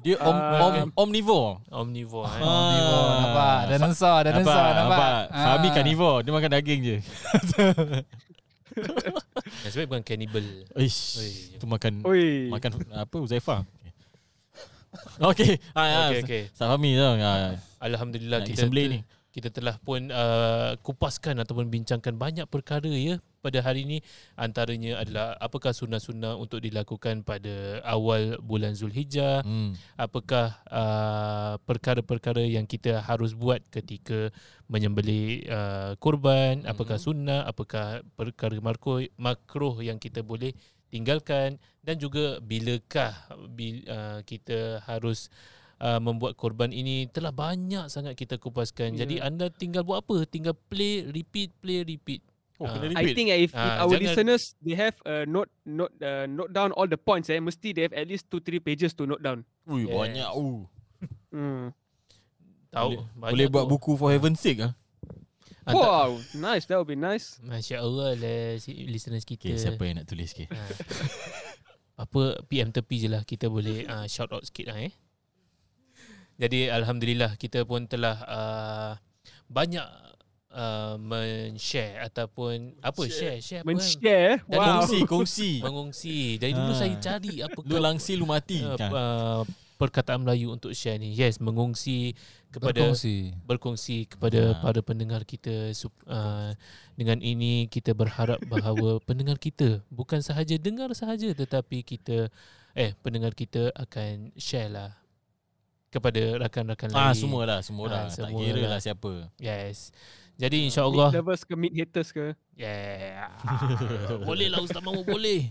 S3: dia om, om, omnivore.
S1: Omnivore. eh.
S3: *laughs* Ah,
S4: Ah. Omnivore, nampak? Dah nensor, dah
S3: Nampak,
S4: nensor,
S3: nampak. kan
S4: nampak?
S3: Fahmi
S4: Ah.
S3: carnivore, dia makan daging je.
S1: Yang sebab bukan cannibal.
S3: Ish,
S1: Oi.
S3: tu makan
S2: Oi.
S3: Makan apa Uzaifa. Okey. *laughs* Ha ha.
S1: Okay, okay.
S3: Tak fahami tau. Ha.
S1: Alhamdulillah
S3: Nak
S1: kita
S3: disembelih
S1: te-
S3: ni.
S1: kita telah pun uh, kupaskan ataupun bincangkan banyak perkara ya pada hari ini antaranya adalah apakah sunnah-sunnah untuk dilakukan pada awal bulan Zulhijjah
S3: Hmm.
S1: apakah uh, perkara-perkara yang kita harus buat ketika menyembelih uh, kurban,
S3: Mhm.
S1: apakah sunnah, apakah perkara makruh, makruh yang kita boleh tinggalkan dan juga bilakah bil, uh, kita harus uh, membuat korban ini telah banyak sangat kita kupaskan.
S2: Ya.
S1: Jadi anda tinggal buat apa? Tinggal play repeat play repeat.
S3: Oh, kena
S1: Ah,
S2: I
S3: repeat.
S2: think eh, if, if
S1: Ah,
S2: our
S1: jangan-
S2: listeners they have uh, note note uh, note down all the points eh, mesti they have at least two three pages to note down.
S3: Ui,
S1: Yes.
S3: banyak. Uh.
S2: Hmm.
S1: Tahu
S3: Boleh-
S1: banyak
S3: Boleh buat
S1: tu.
S3: buku for heaven's sake ah.
S1: Anta-
S2: Wow, nice. That would be nice.
S1: Masya-Allah lah si- listeners kita.
S3: Okey, siapa yang nak tulis ke?
S1: Ha. Apa PM tepi je lah kita boleh uh, shout out sikit lah eh. Jadi Alhamdulillah kita pun telah uh, banyak uh, men-share ataupun apa share, share, apa kan?
S2: Men-share.
S1: Dan
S2: Wow.
S3: Kongsi, kongsi.
S1: Mengungsi. Dari dulu
S3: Ah.
S1: saya cari apa
S3: Lu langsi lu mati.
S1: uh,
S3: Ha.
S1: uh, perkataan Melayu untuk share ni. Yes, mengungsi kepada
S4: Berkongsi.
S1: berkongsi kepada
S3: Ha.
S1: para pendengar kita Sup- uh, dengan ini kita berharap
S3: *laughs*
S1: bahawa pendengar kita bukan sahaja dengar sahaja tetapi kita eh pendengar kita akan share lah kepada rakan-rakan lain
S3: Ah, semua lah, semua
S1: Ah,
S3: lah. Tak
S1: semua
S3: kira
S1: lah.
S3: lah siapa.
S1: yes
S3: Ah,
S1: jadi
S2: Meat
S1: insyaallah
S2: lovers ke meat haters ke?
S1: yeah *laughs* Hmm. boleh lah ustaz Mahmud boleh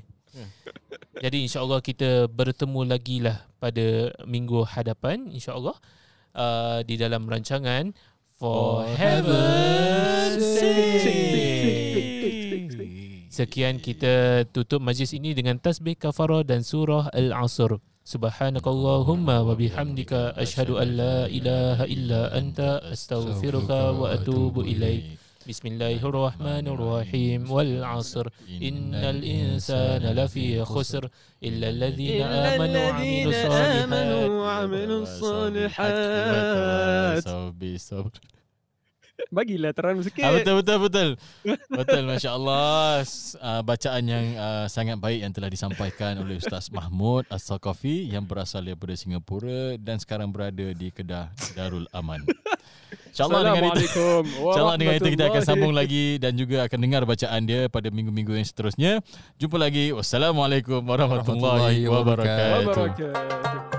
S1: jadi insyaallah kita bertemu lagi lah pada minggu hadapan insyaallah uh, di dalam rancangan for heaven's sake.
S3: sake.
S1: Sekian kita tutup majlis ini dengan tasbih kafarah dan surah Al-Asr. Subhanakallahumma wa bihamdika ashhadu an la ilaha illa anta astaghfiruka wa atubu ilaik. Bismillahirrahmanirrahim wal 'asr. Innal insana lafi khusr illa alladhina amanu wa 'amilus salihat.
S3: Sabi sabi.
S2: Bagilah terang sikit.
S3: Ah, betul betul betul. Betul masya-Allah S- ah, bacaan yang ah, sangat baik yang telah disampaikan oleh Ustaz Mahmud As-Saqafi yang berasal daripada Singapura dan sekarang berada di Kedah Darul Aman. Insya-Allah dengan itu
S2: Assalamualaikum.
S3: InsyaAllah dengan itu kita akan sambung lagi dan juga akan dengar bacaan dia pada minggu-minggu yang seterusnya. Jumpa lagi. Wassalamualaikum warahmatullahi
S4: Warahmatullahi wabarakatuh.
S3: wabarakatuh.
S2: Wabarakatuh.